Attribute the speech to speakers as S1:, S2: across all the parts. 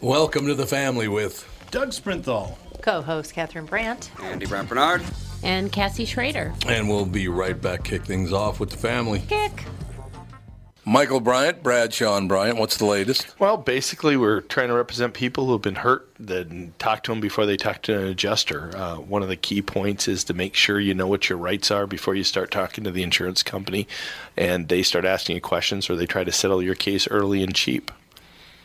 S1: Welcome to the family with
S2: Doug Sprinthal.
S3: co-host Catherine Brandt.
S4: Andy Brown Bernard.
S5: And Cassie Schrader.
S1: and we'll be right back kick things off with the family.
S3: Kick.
S1: Michael Bryant, Brad Sean Bryant, what's the latest?
S6: Well, basically, we're trying to represent people who've been hurt, then talk to them before they talk to an adjuster. Uh, one of the key points is to make sure you know what your rights are before you start talking to the insurance company and they start asking you questions or they try to settle your case early and cheap.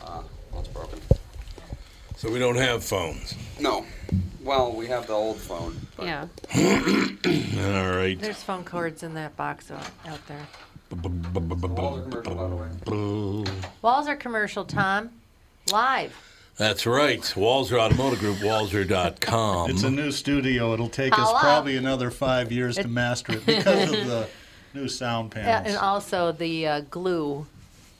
S4: Well, it's broken.
S1: So we don't have phones.
S4: No. Well, we have the old phone. but-
S5: Yeah.
S1: All right.
S3: There's phone cords in that box out, out there.
S4: All the commercial, by the way.
S3: Walls are commercial, Tom. Live.
S1: That's right. Walzer Automotive Group, walzer.com.
S2: It's a new studio. It'll take us
S3: Hello.
S2: probably another five years to master it because of the new sound
S3: Yeah,
S2: panels.
S3: and also the uh, glue,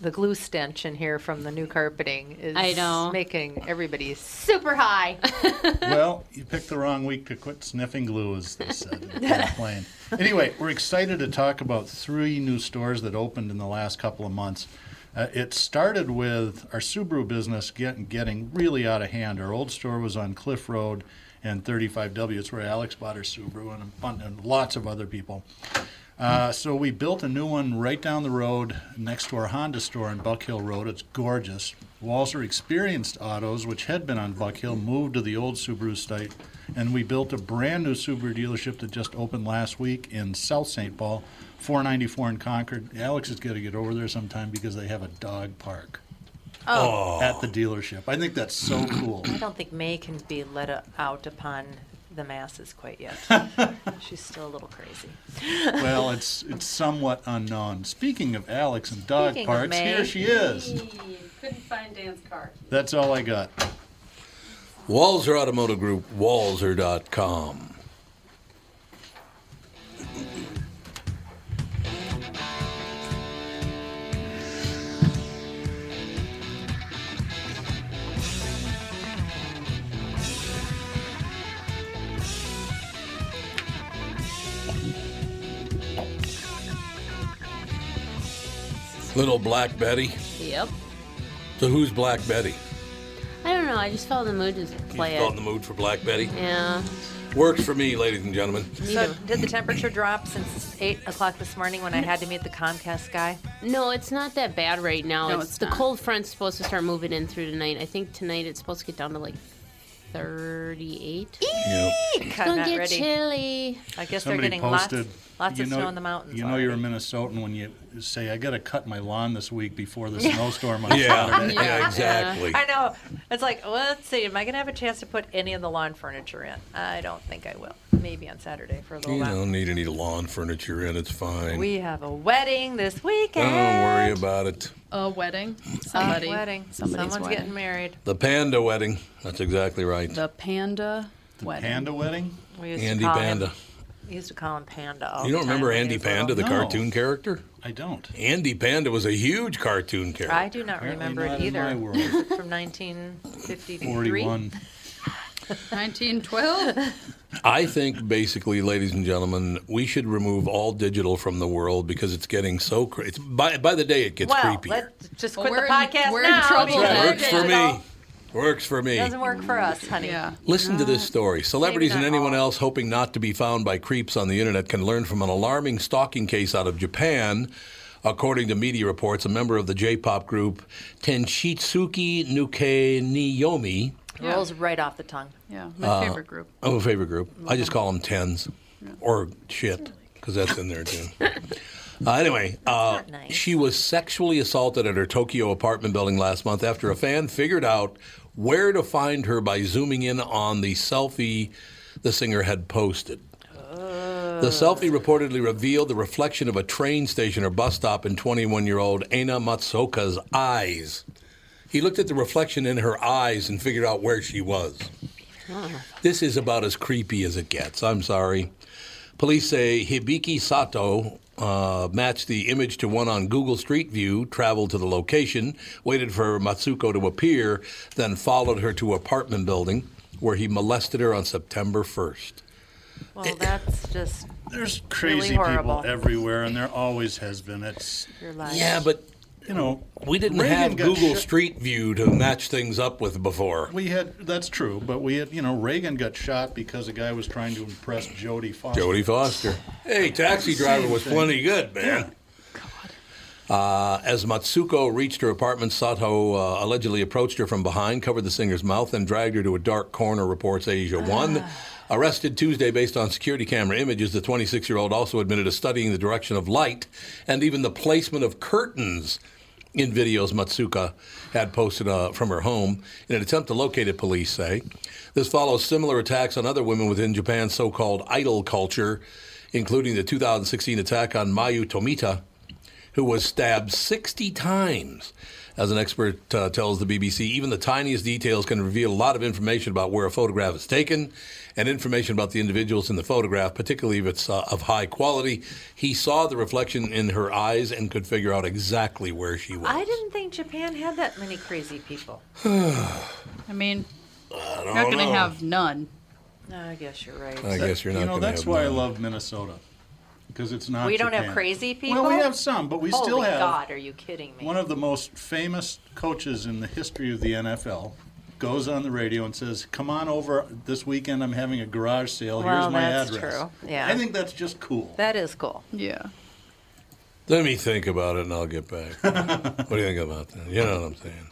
S3: the glue stench in here from the new carpeting is
S5: I know.
S3: making everybody super high.
S2: well, you picked the wrong week to quit sniffing glue, as they said in the plane. Anyway, we're excited to talk about three new stores that opened in the last couple of months. Uh, it started with our Subaru business get, getting really out of hand. Our old store was on Cliff Road and 35W. It's where Alex bought her Subaru and, a bun- and lots of other people. Uh, so we built a new one right down the road next to our Honda store on Buck Hill Road. It's gorgeous. Walser Experienced Autos, which had been on Buck Hill, moved to the old Subaru site, and we built a brand new Subaru dealership that just opened last week in South St. Paul, 494 in Concord. Alex is going to get over there sometime because they have a dog park
S3: Oh.
S2: at the dealership. I think that's so cool.
S3: I don't think May can be let o- out upon the masses quite yet. She's still a little crazy.
S2: well, it's it's somewhat unknown. Speaking of Alex and dog
S3: Speaking of
S2: parks,
S3: May.
S2: here she is.
S7: Couldn't find Dan's car.
S2: That's all I got.
S1: Walzer Automotive Group, walzer.com. Little Black Betty.
S5: Yep.
S1: So who's Black Betty?
S5: I don't know. I just felt in the mood to play
S1: you
S5: it.
S1: felt in the mood for Black Betty.
S5: yeah.
S1: Works for me, ladies and gentlemen.
S3: So, did the temperature drop since eight o'clock this morning when I had to meet the Comcast guy?
S5: No, it's not that bad right now.
S7: No,
S5: it's,
S7: it's
S5: the
S7: not.
S5: cold front's supposed to start moving in through tonight. I think tonight it's supposed to get down to like 38. It's
S3: It's
S5: gonna get chilly.
S3: I guess
S2: Somebody
S3: they're getting
S2: posted.
S3: lots, lots
S2: you
S3: of
S2: know,
S3: snow in the mountains.
S2: You know
S3: already.
S2: you're a Minnesotan when you say, "I got to cut my lawn this week before the snowstorm on
S1: Yeah,
S2: Saturday."
S1: yeah, exactly.
S3: I know. It's like, well, let's see. Am I going to have a chance to put any of the lawn furniture in? I don't think I will. Maybe on Saturday for a little
S1: You
S3: while.
S1: don't need any lawn furniture in. It's fine.
S3: We have a wedding this weekend.
S1: don't worry about it.
S7: A wedding.
S3: a
S7: Somebody.
S3: wedding.
S7: Somebody's
S3: Someone's
S7: wedding.
S3: getting married.
S1: The panda wedding. That's exactly right.
S7: the panda wedding.
S2: Panda wedding?
S3: We used
S1: Andy
S3: to call
S1: Panda.
S3: Him, we used to call him Panda. All
S1: You
S3: the
S1: don't
S3: time
S1: remember
S3: when he
S1: Andy
S3: was
S1: Panda, the
S3: little.
S2: No.
S1: cartoon character?
S2: I don't.
S1: Andy Panda was a huge cartoon character.
S3: I do not
S2: Apparently
S3: remember
S2: not
S3: it
S2: in my
S3: either.
S2: world.
S3: From 1953.
S2: Forty-one.
S7: 1912.
S1: I think basically, ladies and gentlemen, we should remove all digital from the world because it's getting so cre- it's by by the day it gets
S3: Well,
S1: creepier.
S3: let's just
S7: Well,
S3: quit
S7: we're
S3: the
S7: in-
S3: podcast
S7: we're in
S3: now.
S7: trouble
S3: because
S7: then.
S3: we're
S1: Works for
S3: digital.
S1: me. Works for me.
S3: Doesn't work for us, honey. Yeah.
S1: Listen to this story. Celebrities and
S3: not
S1: anyone
S3: all.
S1: else hoping not to be found by creeps on the internet can learn from an alarming stalking case out of Japan. According to media reports, a member of the J pop group Tenshitsuki Nuke Niyomi,
S3: Rolls right off the tongue.
S7: Yeah, my favorite group.
S1: Oh, a favorite group. I just call them tens or shit because that's in there too. Uh, anyway, uh,
S3: not nice.
S1: she was sexually assaulted at her Tokyo apartment building last month after a fan figured out where to find her by zooming in on the selfie the singer had posted. The selfie reportedly revealed the reflection of a train station or bus stop in 21 year old Aina Matsuoka's eyes. He looked at the reflection in her eyes and figured out where she was. This is about as creepy as it gets. I'm sorry. Police say Hibiki Sato uh, matched the image to one on Google Street View, traveled to the location, waited for Matsuko to appear, then followed her to apartment building where he molested her on September 1st.
S3: Well, that's just
S2: There's crazy
S3: horrible.
S2: people everywhere, and there always has been. It's
S3: your life.
S1: Yeah, but
S2: you know
S1: we didn't
S2: Reagan
S1: have
S2: got
S1: Google
S2: shut-
S1: Street View to match things up with before.
S2: We had that's true, but we had you know Reagan got shot because a guy was trying to impress Jodie Foster.
S1: Jody Foster. Hey, taxi driver was plenty good, man. Uh, as Matsuko reached her apartment, Sato uh, allegedly approached her from behind, covered the singer's mouth, and dragged her to a dark corner, reports Asia 1. Arrested Tuesday based on security camera images, the 26 year old also admitted to studying the direction of light and even the placement of curtains in videos Matsuka had posted uh, from her home in an attempt to locate it, police say. This follows similar attacks on other women within Japan's so called idol culture, including the 2016 attack on Mayu Tomita, who was stabbed 60 times. As an expert uh, tells the BBC, even the tiniest details can reveal a lot of information about where a photograph is taken and information about the individuals in the photograph, particularly if it's uh, of high quality. He saw the reflection in her eyes and could figure out exactly where she was.
S3: I didn't think Japan had that many crazy people.
S7: I mean,
S1: don't
S7: you're not going
S1: know.
S7: to have none.
S3: No, I guess you're right.
S1: I guess you're not
S2: you know
S1: going
S2: that's
S1: have
S2: why I
S1: none.
S2: love Minnesota because it's not.
S3: we don't have
S2: Japan.
S3: crazy people.
S2: Well, we have some, but we
S3: Holy
S2: still have
S3: God, are you kidding me?
S2: one of the most famous coaches in the history of the NFL goes on the radio and says, "Come on over this weekend. I'm having a garage sale.
S3: Well,
S2: oh, Here's my
S3: that's
S2: address."
S3: true. Yeah.
S2: I think that's just cool.
S3: that is cool.
S7: Yeah.
S1: Let me think about it and I'll get back. what do you think about that? You know what I'm saying?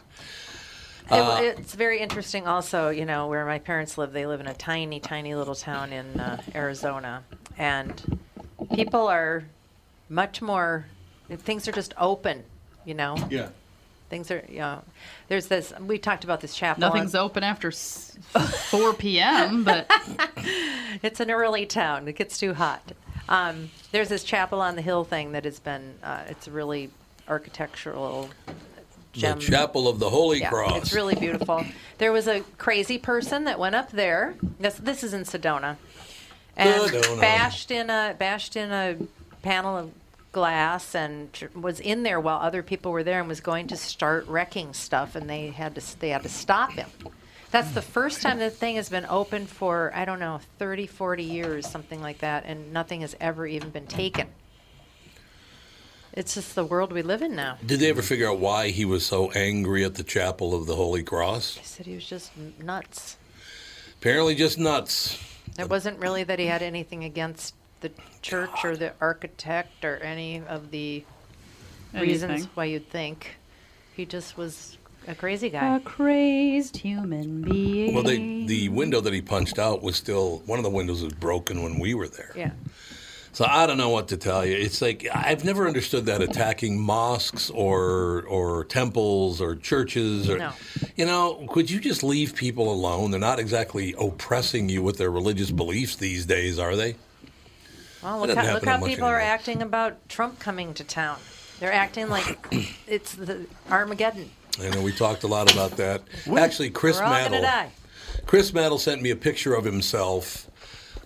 S1: Uh,
S3: It-
S2: Uh,
S3: it's very interesting, also, you know, where my parents live. They live in a tiny, tiny little town in uh, Arizona, and people are much more. Things are just open, you know.
S2: yeah.
S3: Things are, you know. There's this. We talked about this chapel.
S7: Nothing's open after s- 4 p.m., but
S3: It's an early town. It gets too hot. Um, there's this chapel on the hill thing that has been. Uh, it's really architectural. Gem.
S1: The Chapel of the Holy
S3: Yeah,
S1: Cross.
S3: it's really beautiful. There was a crazy person that went up there. This, this is in Sedona, and
S1: Sedona.
S3: bashed in a bashed in a panel of glass and tr- was in there while other people were there and was going to start wrecking stuff, and they had to s- they had to stop him. That's the first time the thing has been open for I don't know 30, 40 years, something like that, and nothing has ever even been taken. It's just the world we live in now.
S1: Did they ever figure out why he was so angry at the Chapel of the Holy Cross?
S3: He said he was just n- nuts.
S1: Apparently, just nuts.
S3: It wasn't really that he had anything against the church or the architect or any of the reasons
S7: Anything.
S3: why you'd think. He just was a crazy guy.
S7: crazed human being.
S1: Well, they, the window that he punched out was still one of the windows was broken when we were there.
S3: yeah.
S1: So I don't know what to tell you. It's like I've never understood that attacking mosques or or temples or churches or
S3: No.
S1: you know, could you just leave people alone? They're not exactly oppressing you with their religious beliefs these days, are they?
S3: Well,
S1: That
S3: look
S1: doesn't
S3: how, look
S1: happen
S3: how
S1: much
S3: people are
S1: anymore.
S3: acting about Trump coming to town. They're acting like it's the Armageddon.
S1: I know we talked a lot about that. Actually, Chris
S3: We're all going to
S1: Maddle.
S3: die.
S1: Chris Maddle sent me a picture of himself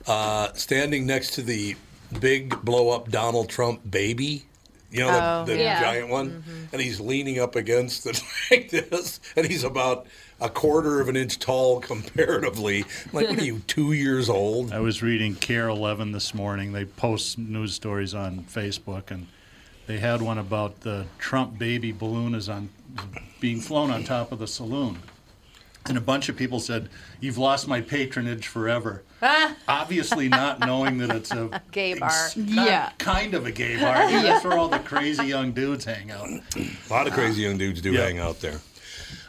S1: uh, standing next to the big blow up Donald Trump baby. You know, the-
S3: Oh,
S1: the,
S5: yeah.
S1: giant one. And he's leaning up against it like this. And he's about a quarter of an inch tall comparatively. I'm like, what are you, two years old?
S2: I was reading Care 11 this morning. They post news stories on Facebook, and they had one about the Trump baby balloon is on being flown on top of the saloon. And a bunch of people said, You've lost my patronage forever.
S7: Ah,
S2: Obviously, not knowing that it's a
S3: Gay bar.
S7: Yeah.
S2: kind of a gay bar. That's where all the crazy young dudes hang out.
S1: A lot of crazy young dudes do
S2: Yeah.
S1: hang out there.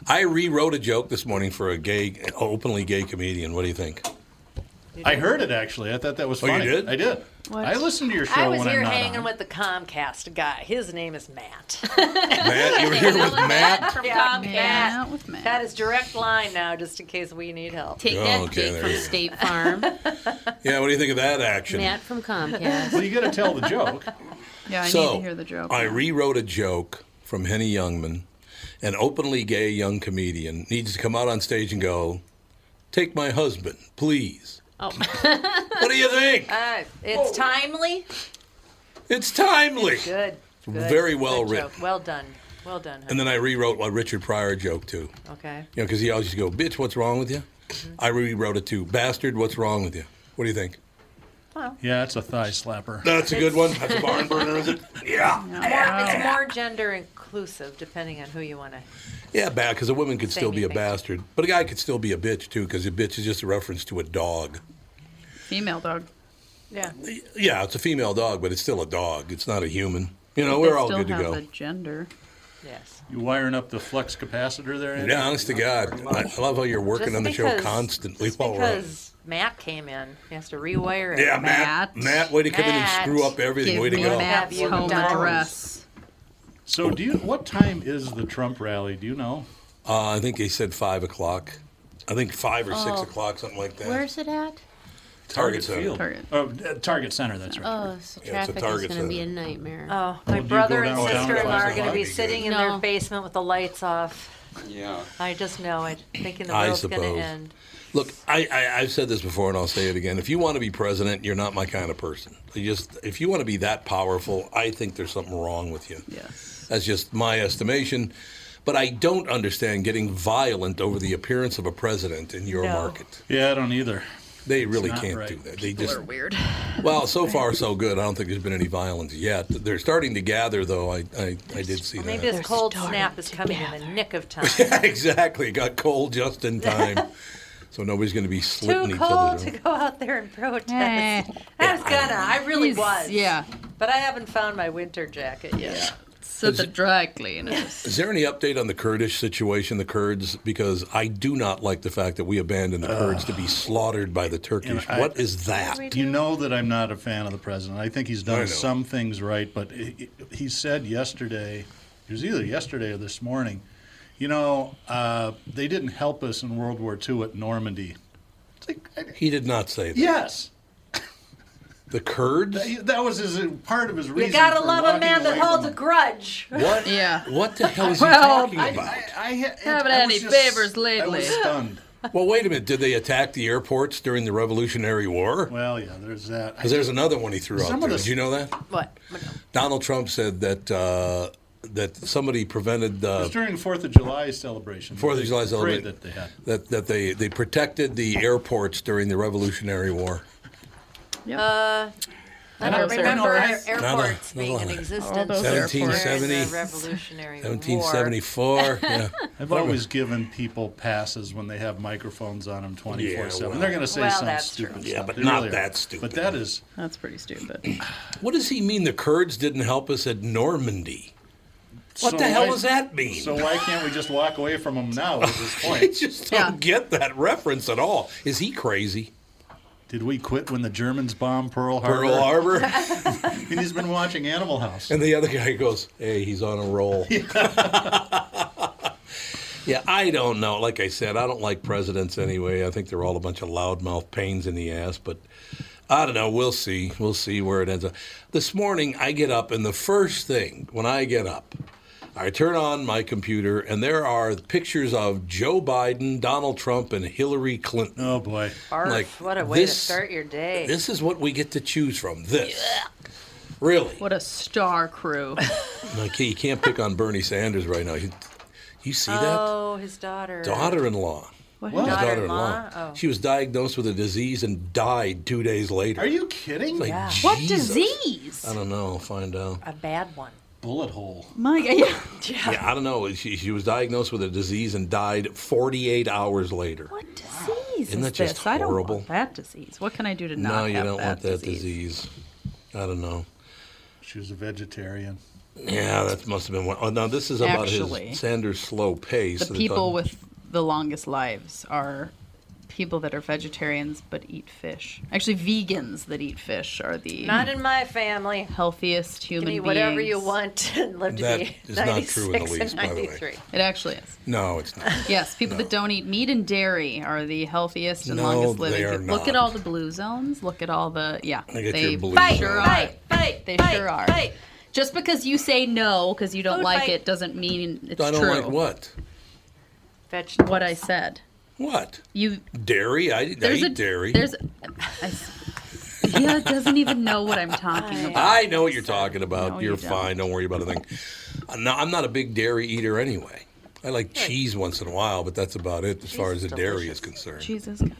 S1: I rewrote a joke this morning for a gay, openly gay comedian. What do you think?
S2: I heard it actually. I thought that was
S1: Oh, you
S2: funny.
S1: did?
S2: I did. I listened to your show
S3: I was
S2: when
S3: here
S2: I'm not
S3: hanging
S2: on.
S3: with the Comcast guy. His name is Matt.
S1: Matt, you were here with Matt.
S5: From
S3: Yeah,
S5: Comcast.
S3: Matt.
S7: Out with Matt.
S3: That is direct line now, just in case we need help.
S5: Take
S1: Oh,
S5: that
S1: okay,
S5: Kate
S1: there
S5: from
S1: you go.
S5: State Farm.
S1: Yeah, what do you think of that action?
S5: Matt from Comcast.
S2: Well, you got to tell the joke.
S7: Yeah, I
S1: so
S7: need to hear the joke.
S1: I rewrote a joke from Henny Youngman, an openly gay young comedian needs to come out on stage and go, "Take my husband, please."
S5: Oh.
S1: what do you think?
S3: Uh,
S7: Oh.
S3: it's timely.
S1: It's timely. Oh,
S3: Good. good,
S1: Very well
S3: good
S1: written.
S3: joke. Well done. Well done.
S1: And then I rewrote a Richard Pryor joke too.
S3: okay.
S1: You know, because he always used to go, "Bitch, what's wrong with you?"
S7: Mm-hmm.
S1: I rewrote it too. "Bastard, what's wrong with you?" What do you think?
S2: Yeah, it's a thigh slapper.
S1: That's a good one. That's a barn burner, is it?
S7: Oh,
S1: Yeah.
S3: It's more gender inclusive, depending on who you want to.
S1: Yeah, bad because a woman could still be a
S3: anything.
S1: bastard, but a guy could still be a bitch too because a bitch is just a reference to a dog.
S7: Female dog.
S3: Yeah.
S1: Yeah, it's a female dog, but it's still a dog. It's not a human. You know,
S7: But
S1: Oh, we're
S7: they
S1: all
S7: still
S1: good to
S7: have
S1: go.
S7: a gender.
S3: Yes.
S2: You wiring up the flux capacitor there? Andy?
S1: Yeah, honest to God, I I love how you're working
S3: Just
S1: on the show
S3: because-
S1: constantly
S3: just
S1: while we're on.
S3: because Matt came in, he has to rewire it.
S1: Yeah, Matt.
S7: Matt.
S1: Matt, way to come in and
S3: Matt.
S1: screw up everything.
S7: Give
S1: Way to
S7: me
S1: go.
S7: Matt's
S3: Have you
S7: home
S3: done-
S7: address.
S2: So, do you? What time is the Trump rally? Do you know?
S1: Uh, I think he said five o'clock. I think five or six o'clock, something like that.
S5: Oh. Where's it at?
S1: Target Center.
S7: Target.
S2: Oh, uh, Target Center. That's right.
S5: Oh, so
S1: Yeah, it's a
S5: traffic is
S1: target
S5: going to be a
S1: center.
S5: nightmare.
S3: Oh, my
S2: do you
S3: brother
S2: go
S1: down-
S3: and
S1: Oh, down
S3: sister in law
S1: to
S3: are
S1: the
S3: going to be
S1: lobby,
S3: sitting in
S5: No.
S3: their basement with the lights off.
S4: Yeah.
S3: I just know it, thinking the
S1: I
S3: world's going
S1: suppose.
S3: to end.
S1: Look, I, I, I've said this before, and I'll say it again. If you want to be president, you're not my kind of person. You just if you want to be that powerful, I think there's something wrong with you.
S7: Yes.
S1: That's just my estimation. But I don't understand getting violent over the appearance of a president in your
S3: No.
S1: market.
S2: Yeah, I don't either.
S1: They really
S2: not
S1: can't
S2: right.
S1: do that. They
S7: People
S1: just
S7: are weird.
S1: well, so far so good. I don't think there's been any violence yet. They're starting to gather, though. I I, I did see
S3: Maybe
S1: that.
S3: this cold snap is coming in the nick of time.
S1: exactly, it got cold just in time. So nobody's going to be slitting
S3: Too
S1: each
S3: cold
S1: other.
S3: to go out there and protest.
S7: Eh.
S3: I was gonna. I really was.
S7: Yeah.
S3: But I haven't found my winter jacket yet.
S7: So the dry cleaners.
S1: Is there any update on the Kurdish situation, the Kurds? Because I do not like the fact that we abandoned the Kurds to be slaughtered by the Turkish.
S2: I-
S1: what is that?
S2: You know that I'm not a fan of the president. I think he's
S1: I know.
S2: done some things right, but he, he said yesterday, it was either yesterday or this morning, you know, uh, they didn't help us in World War II at Normandy. It's like, I-
S1: He did not say that.
S2: yes,
S1: The Kurds?
S2: that was his, part of his reason.
S3: You gotta
S2: for
S3: love a
S2: walking
S3: man that
S2: away
S3: holds a
S2: from-
S3: grudge.
S1: What?
S7: Yeah.
S1: What the hell is
S7: Well,
S1: he
S2: I,
S1: talking about?
S2: I, I, ha-
S7: Haven't
S2: I
S7: had
S2: was
S7: any
S2: just-
S7: favors
S2: I
S7: lately.
S2: was stunned.
S1: well, wait a minute. Did they attack the airports during the Revolutionary War?
S2: Well, yeah, there's that.
S1: Because there's another one he threw out
S2: Some of
S1: there.
S2: the-
S1: Did you know that?
S3: What?
S1: Donald Trump said that uh, that somebody prevented
S2: It
S1: uh,
S2: was during the Fourth of July celebration.
S1: Fourth of July
S2: Parade
S1: celebration
S2: that they had.
S1: that that they they protected the airports during the Revolutionary War.
S7: Yep.
S3: Uh, I don't
S7: those
S3: remember
S2: airports.
S3: air-
S1: No, no,
S3: airports
S1: no,
S3: being
S1: no.
S3: in
S1: All
S3: existence
S7: those
S3: during the
S1: 1770,
S3: Revolutionary 1770.
S1: 1774. yeah.
S2: I've always given people passes when they have microphones on them 24
S1: Yeah, well-
S2: 7. They're going to say
S3: Well,
S2: some
S3: that's
S2: stupid
S3: true.
S2: stuff.
S1: Yeah, but
S2: They
S1: not
S2: are.
S1: that stupid.
S2: But that is,
S7: That's pretty stupid.
S1: What does he mean the Kurds didn't help us at Normandy? What
S2: So
S1: the hell
S2: why-
S1: does that mean?
S2: So why can't we just walk away from them now at this
S1: I
S2: point?
S1: just don't
S7: Yeah.
S1: get that reference at all. Is he crazy?
S2: Did we quit when the Germans bombed Pearl Harbor?
S1: Pearl Harbor?
S2: I mean, he's been watching Animal House.
S1: and the other guy goes, hey, he's on a roll. yeah, I don't know. Like I said, I don't like presidents anyway. I think they're all a bunch of loudmouth pains in the ass, but I don't know. We'll see. We'll see where it ends up. This morning, I get up, and the first thing when I get up, I turn on my computer, and there are pictures of Joe Biden, Donald Trump, and Hillary Clinton.
S2: Oh, boy.
S3: Barf,
S1: Like,
S3: what a way to
S1: this-
S3: start your day.
S1: This is what we get to choose from. This. Really.
S7: What a star crew.
S1: Like, you can't pick on Bernie Sanders right now. You, you see
S3: oh, his daughter.
S1: that? Daughter in law.
S7: What?
S1: His
S3: Daughter-in-law?
S1: daughter-in-law.
S3: Oh.
S1: She was diagnosed with a disease and died two days later.
S2: Are you kidding?
S1: Like,
S3: Yeah.
S1: Jesus.
S7: What disease?
S1: I don't know. Find out.
S3: A bad one.
S2: bullet hole.
S7: My God, yeah.
S1: Yeah, I don't know. She, she was diagnosed with a disease and died 48 hours later.
S7: What disease
S1: Isn't
S7: is
S1: that just
S7: this? I don't
S1: horrible?
S7: want that disease. What can I do to not
S1: no, you
S7: have
S1: don't
S7: that
S1: want that
S7: disease?
S1: disease. I don't know.
S2: She was a vegetarian.
S1: Yeah, that must have been one. Oh, now this is about
S7: Actually,
S1: his Sanders slow pace.
S7: The
S1: They're
S7: people
S1: talking-
S7: with the longest lives are people that are vegetarians but eat fish. Actually, vegans that eat fish are the
S3: Not in my family.
S7: healthiest
S3: You
S7: human
S3: can eat
S7: beings.
S3: whatever you want and live to
S1: That
S3: be
S1: is not
S3: 96
S1: true in the least,
S3: and
S1: by the way.
S3: 93.
S7: It actually is.
S1: No, it's not.
S7: Yes, people that don't eat meat and dairy are the healthiest and
S1: No,
S7: longest living.
S1: they are
S7: people. Look
S1: not.
S7: at all the blue zones. Look at all the yeah.
S1: Look at
S7: they
S1: your blue
S7: fight,
S1: zone.
S7: sure are.
S3: Fight, fight,
S7: They
S3: fight,
S7: sure are.
S3: fight.
S7: Just because you say no because you don't
S3: Food
S7: like
S3: fight.
S7: it doesn't mean it's
S1: I don't
S7: true.
S1: like what?
S3: Vegetables.
S7: What I said.
S1: What?
S7: You
S1: Dairy? I, I
S7: there's
S1: eat
S7: a
S1: dairy.
S7: There's I s- yeah, it doesn't even know what I'm talking about.
S1: I know what you're talking about.
S7: No, you
S1: you're
S7: don't.
S1: fine. Don't worry about a thing. I'm not, I'm not a big dairy eater anyway. I like cheese once in a while, but that's about it as far as
S3: Cheese
S1: the
S3: is
S1: dairy
S3: delicious.
S1: is concerned.
S7: Jesus. God.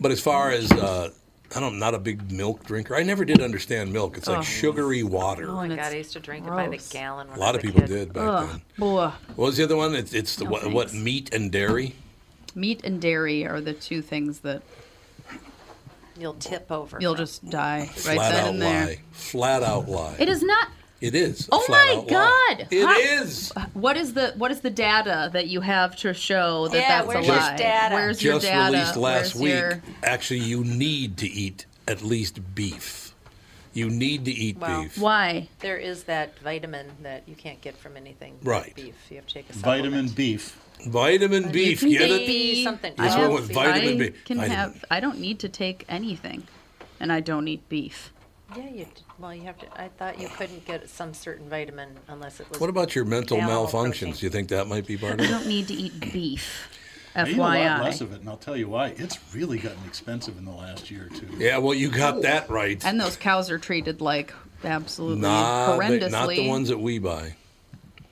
S1: But as far as uh, I don't, I'm not a big milk drinker. I never did understand milk. It's like
S7: Oh.
S1: sugary water.
S7: Oh,
S3: Oh
S7: and
S3: my
S7: it's
S3: God, I used to drink it by
S7: gross.
S3: the gallon. When
S1: a
S3: I
S1: lot of
S3: was
S1: people
S3: kid.
S1: did back
S7: Ugh,
S1: then.
S7: boy.
S1: What was the other one? It's, it's the
S7: No
S1: what, what
S7: thanks.
S1: meat and dairy.
S7: Meat and dairy are the two things that
S3: You'll tip over.
S7: you'll
S3: from-
S7: just die right
S1: Flat
S7: then
S1: out
S7: and there.
S1: lie. Flat out lie.
S7: It is not.
S1: It is. a
S7: Oh
S1: flat
S7: my
S1: out lie.
S7: God!
S1: It
S7: Hi-
S1: is.
S7: What is the what is the data that you have to show that
S3: Yeah,
S7: that's
S3: where's
S7: a
S3: your
S7: lie?
S3: data?
S7: Where's your
S1: Just
S7: data?
S1: released last
S7: Where's
S1: week.
S7: your-
S1: Actually, you need to eat at least beef. You need to eat
S3: Well,
S1: beef.
S7: Why?
S3: There is that vitamin that you can't get from anything. but
S1: Right.
S3: Beef. You have to take a supplement.
S2: Vitamin beef.
S1: Vitamin beef.
S7: can
S1: Get
S7: be-
S1: it?
S3: B something.
S1: This one
S3: Vitamin
S1: with
S3: B.
S1: vitamin
S7: I
S1: B.
S7: can
S1: Vitamin.
S7: have. I don't need to take anything, and I don't eat beef.
S3: Yeah, you. d- Well, you have to. I thought you couldn't get some certain vitamin unless it was.
S1: What about your mental
S3: Animal
S1: malfunctions?
S3: protein.
S1: Do you think that might be part of
S7: I
S1: it?
S7: don't need to eat beef.
S2: I eat a lot less
S7: FYI.
S2: of it, and I'll tell you why. It's really gotten expensive in the last year or two.
S1: Yeah, well, you got that right.
S7: And those cows are treated like absolutely
S1: Nah,
S7: horrendously. Er
S1: they- not the ones that we buy.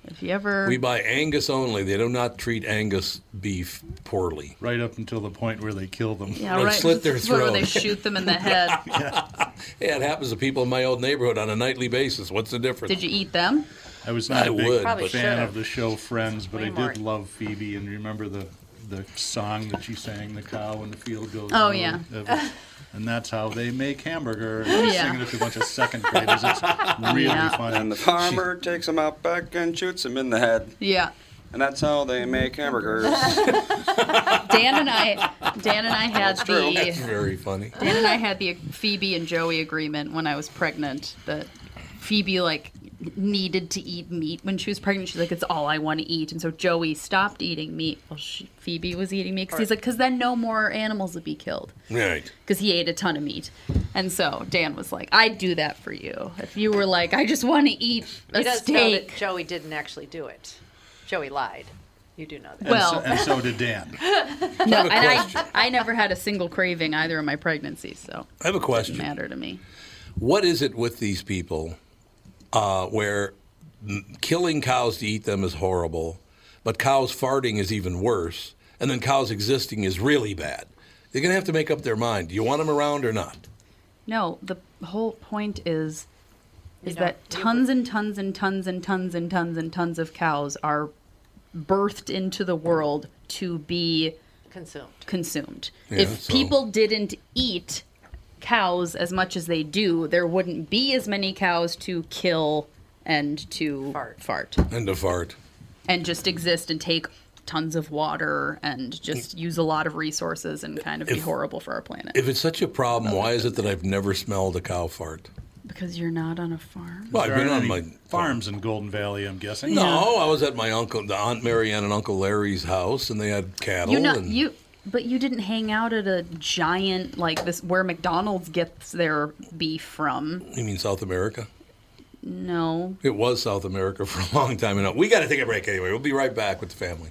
S7: If you ever
S1: We buy Angus only. They do not treat Angus beef poorly.
S2: Right up until the point where they kill them.
S7: yeah,
S1: and
S7: right.
S1: slit their
S7: That's where they
S1: throat.
S7: shoot them in the head.
S1: Yeah, it happens to people in my old neighborhood on a nightly basis. What's the difference?
S7: Did you eat them?
S2: I was not
S1: I
S2: a big
S1: would,
S2: fan
S3: Probably should've.
S2: of the show Friends, but
S3: Way
S2: I
S3: more-
S2: did love Phoebe. And remember the the song that she sang, "The Cow in the Field Goes."
S7: Oh,
S2: Moo"?
S7: yeah.
S2: That was- and that's how they make hamburger. And
S7: Yeah.
S2: yeah. Singing it to a bunch of second graders. It's really
S7: Yeah.
S2: funny.
S4: And the farmer takes him out back and shoots him in the head.
S7: Yeah.
S4: And that's how they make hamburgers.
S7: Dan and I, Dan and I had
S4: true.
S1: That's
S7: the
S1: very funny.
S7: Dan and I had the Phoebe and Joey agreement when I was pregnant that Phoebe like needed to eat meat when she was pregnant. She's like, it's all I want to eat, and so Joey stopped eating meat while she, Phoebe was eating meat because he's like, because then no more animals would be killed.
S1: Right.
S7: because he ate a ton of meat. And so Dan was like, I'd do that for you. If you were like, I just want to eat
S3: He
S7: a
S3: does know that
S7: steak.
S3: Joey didn't actually do it. Joey lied. You do know that.
S7: Well-
S2: and, so, and so did Dan.
S7: No,
S1: a
S7: and
S1: question.
S7: I, I never had a single craving either of my pregnancies, so
S1: I have a
S7: it didn't
S1: question.
S7: matter to me.
S1: What is it with these people uh, where m- killing cows to eat them is horrible, but cows farting is even worse, and then cows existing is really bad? They're going to have to make up their mind. Do you want them around or not?
S7: No, the whole point is is
S3: know,
S7: that
S3: you-
S7: tons and tons and tons and tons and tons and tons of cows are birthed into the world to be
S3: Consumed.
S7: consumed.
S1: Yeah,
S7: if
S1: so-
S7: people didn't eat cows as much as they do, there wouldn't be as many cows to kill and to
S3: Fart.
S1: And to fart.
S7: and just exist and take tons of water and just use a lot of resources and kind of be
S1: Mm. If-
S7: horrible for our planet.
S1: If it's such a problem, why is it that I've never smelled a cow fart?
S7: because you're not on a farm.
S1: Well,
S2: There
S1: I've been
S2: aren't
S1: on
S2: any
S1: my
S2: farms in Golden Valley, I'm guessing.
S1: No, I was at my uncle, the Aunt Marianne and Uncle Larry's house, and they had cattle.
S7: You're not
S1: and
S7: you but you didn't hang out at a giant like this where McDonald's gets their beef from.
S1: You mean South America?
S7: No,
S1: It was South America for a long time. And uh, we got to take a break anyway. We'll be right back with the family.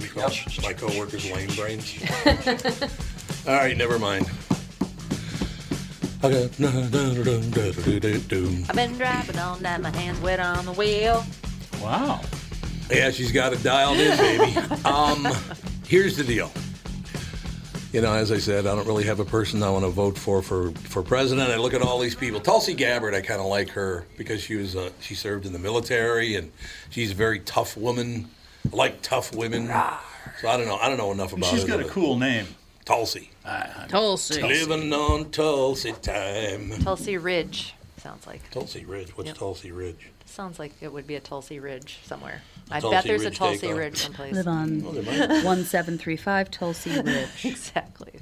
S1: We call Oh my coworkers lame brains. All right, never mind. Okay.
S3: I've been driving all night, my hands wet on the wheel.
S2: Wow.
S1: Yeah, she's got it dialed in, baby. Um, here's the deal. You know, as I said, I don't really have a person I want to vote for for, for president. I look at all these people. Tulsi Gabbard, I kind of like her because she was uh, she served in the military and she's a very tough woman. I like tough women. So I don't know. I don't know enough about
S2: She's
S1: her.
S2: got a
S1: but
S2: cool name.
S1: Tulsi.
S5: Tulsi.
S1: Living on Tulsi time.
S3: Tulsi Ridge sounds like
S1: Tulsi Ridge. What's Tulsi Ridge?
S3: sounds like it would be a Tulsi Ridge somewhere. I bet
S1: Tulsi
S3: there's a
S1: Ridge
S3: Tulsi
S1: takeoff.
S3: Ridge someplace.
S7: Live on
S1: Oh, there might be.
S7: 1735 Tulsi Ridge.
S3: exactly.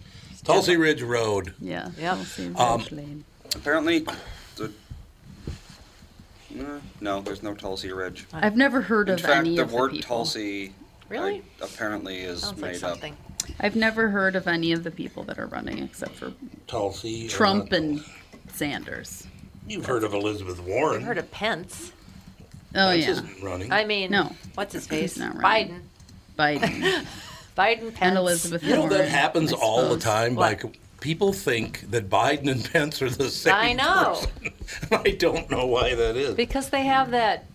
S1: Tulsi Ridge Road. Um,
S7: Yeah.
S3: Yep.
S7: Tulsi Ridge Lane.
S4: Apparently, the, Uh, no, there's no Tulsi Ridge.
S7: I've never heard
S4: In
S7: of
S4: fact,
S7: any
S4: the
S7: of
S4: word
S7: the people.
S4: Tulsi I-
S3: Really?
S4: apparently is
S3: Sounds like
S4: made up.
S3: something.
S7: I've never heard of any of the people that are running except for
S1: Tulsi. uh,
S7: Trump and Sanders.
S1: You've heard of Elizabeth
S3: I
S1: Warren.
S3: heard of Pence.
S7: Oh
S1: That's
S7: yeah,
S1: isn't running.
S3: I mean,
S7: No.
S3: what's his face?
S7: not right.
S3: Biden.
S7: Biden
S3: Biden Pence.
S7: and Elizabeth
S1: you know
S7: Warren.
S1: that happens
S7: I
S1: all the
S7: suppose.
S1: time.
S3: What?
S1: Like people think that Biden and Pence are the same.
S3: I know.
S1: person. I don't know why that is.
S3: Because they have that.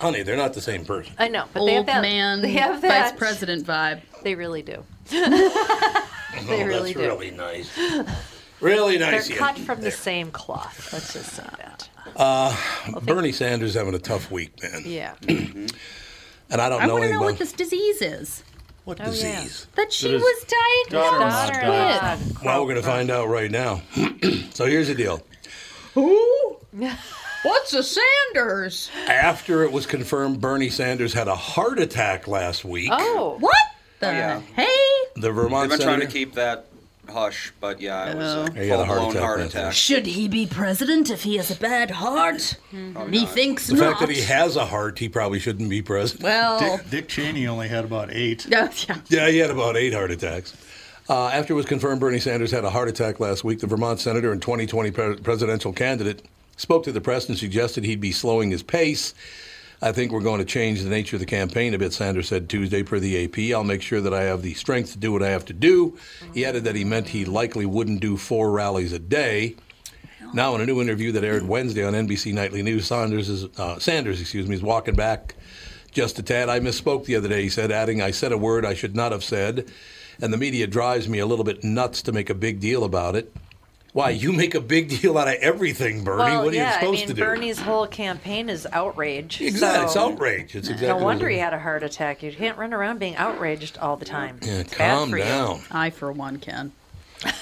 S1: Honey, they're not the same person.
S3: I know, but
S7: Old
S3: they have that.
S7: man,
S3: they have that.
S7: vice president vibe.
S3: They really do.
S1: Oh,
S3: they really
S1: that's
S3: do.
S1: really nice. Really
S3: They're
S1: nice. Uh,
S3: cut from the same cloth. Let's just say that.
S1: Bernie Sanders having a tough week, man.
S3: Yeah.
S1: And I don't
S7: I
S1: know
S7: want to
S1: anything
S7: know
S1: about
S7: what this disease is
S1: what
S3: Oh, yeah.
S1: disease.
S7: that she
S2: It is-
S7: was diagnosed.
S2: Daughter-in-law died.
S3: Daughter-in-law.
S1: Well, we're going to find out right now. so here's the deal.
S7: Who? What's a Sanders?
S1: After it was confirmed Bernie Sanders had a heart attack last week,
S3: Oh.
S7: What the
S4: yeah.
S7: hey?
S1: the Vermont
S4: They've been trying to
S1: senator-
S4: keep that hush, but yeah, it was a
S1: He had a
S4: full
S1: heart
S4: blown
S1: attack,
S4: heart
S1: that's
S4: attack.
S7: Should he be president if he has a bad heart? Methinks
S1: the fact
S7: not.
S1: that he has a heart, he probably shouldn't be president.
S7: well,
S2: Dick, Dick Cheney only had about eight.
S7: yeah, yeah.
S1: Yeah, he had about eight heart attacks. Uh, after it was confirmed Bernie Sanders had a heart attack last week, the Vermont senator and 2020 pre- presidential candidate spoke to the press and suggested he'd be slowing his pace. I think we're going to change the nature of the campaign a bit, Sanders said Tuesday per the AP. I'll make sure that I have the strength to do what I have to do. He added that he meant he likely wouldn't do four rallies a day. Now, in a new interview that aired Wednesday on NBC Nightly News, Sanders is uh, Sanders, excuse me, is walking back just a tad. I misspoke the other day, he said, adding, "I said a word I should not have said," and the media drives me a little bit nuts to make a big deal about it. Why you make a big deal out of everything, Bernie?
S3: Well,
S1: what are
S3: yeah,
S1: you supposed
S3: I mean,
S1: to do?
S3: Bernie's whole campaign is outrage.
S1: exactly, it's
S3: so
S1: outrage. It's exactly.
S3: No
S1: what
S3: wonder
S1: it
S3: he
S1: is.
S3: had a heart attack. You can't run around being outraged all the time.
S1: Yeah,
S3: It's bad
S1: calm
S3: for you.
S1: down.
S7: I for one can. I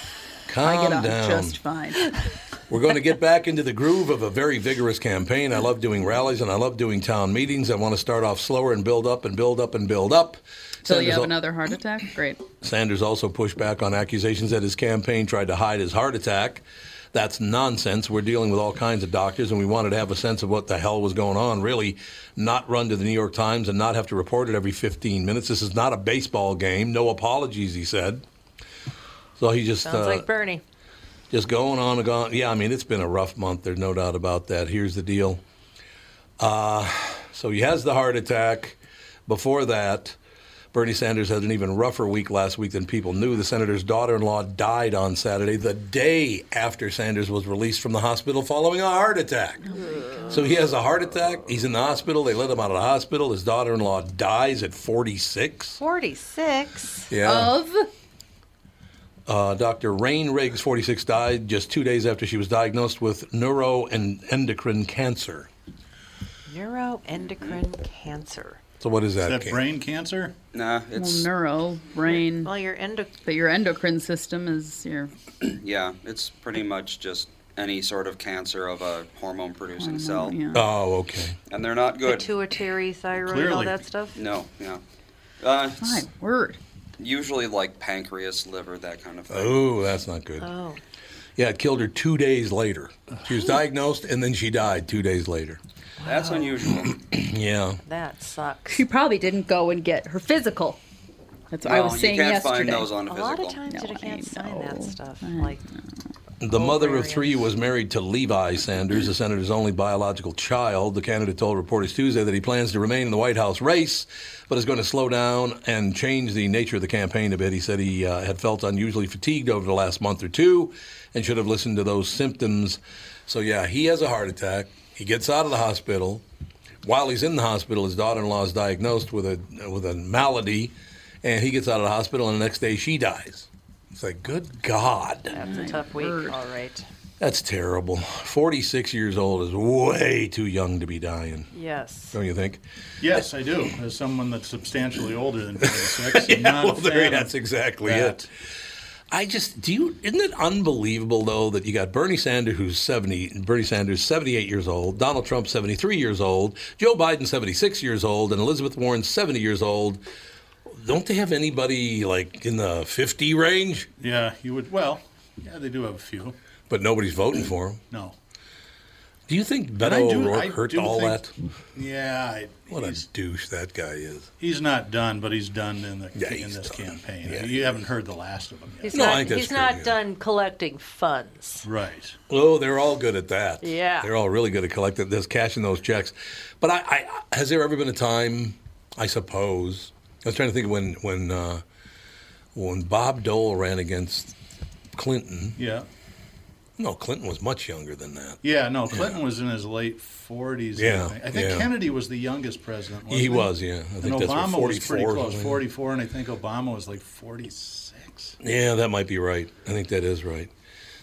S1: Calm
S7: get on
S1: down.
S7: just fine.
S1: We're going to get back into the groove of a very vigorous campaign. I love doing rallies and I love doing town meetings. I want to start off slower and build up and build up and build up.
S7: Till you
S1: Sanders
S7: have
S1: al-
S7: another heart attack? Great.
S1: Sanders also pushed back on accusations that his campaign tried to hide his heart attack. That's nonsense. We're dealing with all kinds of doctors, and we wanted to have a sense of what the hell was going on, really, not run to the New York Times and not have to report it every 15 minutes. This is not a baseball game. No apologies, he said. So he just.
S3: Sounds
S1: uh,
S3: like Bernie.
S1: just going on and going. Yeah, I mean, it's been a rough month. There's no doubt about that. Here's the deal. Uh, so he has the heart attack. Before that, Bernie Sanders had an even rougher week last week than people knew. The senator's daughter in law died on Saturday, the day after Sanders was released from the hospital following a heart attack. So he has a heart attack. He's in the hospital. They let him out of the hospital. His daughter in law dies at 46.
S3: 46
S1: Yeah.
S3: of
S1: Uh, Dr. Rain Riggs, 46, died just two days after she was diagnosed with neuro and endocrine cancer.
S3: neuroendocrine cancer.
S1: So what is that?
S2: that
S1: Ken?
S2: brain cancer?
S4: Nah,
S7: Well,
S4: it's
S7: neuro, brain,
S3: Well, your endo
S7: but your endocrine system is your
S4: yeah, it's pretty much just any sort of cancer of a hormone-producing cell,
S7: yeah.
S1: Oh, okay.
S4: and they're not good.
S3: pituitary, thyroid, all
S2: Clearly.
S3: that stuff.
S4: No, yeah. Uh, it's
S7: My word.
S4: usually like pancreas, liver, that kind of thing.
S1: Oh, that's not good.
S3: Oh,
S1: Yeah, it killed her two days later. She was diagnosed and then she died two days later.
S4: That's unusual.
S1: Yeah.
S3: that sucks.
S7: She probably didn't go and get her physical. That's what I
S4: Well,
S7: was saying
S4: you can't
S7: yesterday.
S4: find those on a
S3: A
S4: physical.
S3: lot of times
S7: No,
S3: you
S7: I
S3: can't sign that
S7: know.
S3: stuff. Like,
S1: The mother of
S3: Ovarian.
S1: three was married to Levi Sanders, the senator's only biological child. The candidate told reporters Tuesday that he plans to remain in the White House race, but is going to slow down and change the nature of the campaign a bit. He said he uh, had felt unusually fatigued over the last month or two and should have listened to those symptoms. So, yeah, he has a heart attack. He gets out of the hospital. While he's in the hospital, his daughter in law is diagnosed with a, with a malady, and he gets out of the hospital, and the next day she dies. It's like, good God.
S3: that's a tough week.
S7: word.
S3: All right.
S1: That's terrible. 46 years old is way too young to be dying,
S3: Yes.
S1: don't you think?
S2: Yes, I do. As someone that's substantially older than 46, I'm not a
S1: well, there-
S2: fan
S1: that's
S2: of
S1: exactly
S2: that.
S1: it. I just do you isn't it unbelievable though that you got Bernie Sanders who's 70 Bernie Sanders 78 years old, Donald Trump 73 years old, Joe Biden 76 years old and Elizabeth Warren 70 years old. Don't they have anybody like in the 50 range?
S2: Yeah, you would. Well, yeah, they do have a few.
S1: But nobody's voting for him.
S2: No.
S1: Do you think
S2: I
S1: Beto
S2: do- I
S1: O'Rourke hurt
S2: do
S1: all
S2: think-
S1: that?
S2: Yeah, I,
S1: What
S2: he's,
S1: a douche that guy is.
S2: he's not done, but he's done in the
S1: Yeah,
S2: in
S1: he's
S2: this
S1: done.
S2: campaign.
S1: Yeah,
S2: you haven't heard the last of him yet.
S3: He's
S1: No, I
S3: not,
S1: think that's
S3: he's
S1: true,
S3: not
S1: yeah.
S3: done collecting funds.
S2: Right.
S1: Oh, they're all good at that.
S3: Yeah.
S1: They're all really good at collecting this, cashing those checks. But I, I has there ever been a time, I suppose, I was trying to think when when uh, when Bob Dole ran against Clinton.
S2: Yeah.
S1: No, Clinton was much younger than that.
S2: Yeah, no, Clinton was in his late 40s.
S1: Yeah,
S2: I think, I think
S1: yeah.
S2: Kennedy was the youngest president. Wasn't
S1: He was, yeah. I think
S2: and
S1: that's what,
S2: Obama was pretty
S1: 44 or
S2: close,
S1: something.
S2: 44, and I think Obama was like 46.
S1: Yeah, that might be right. I think that is right.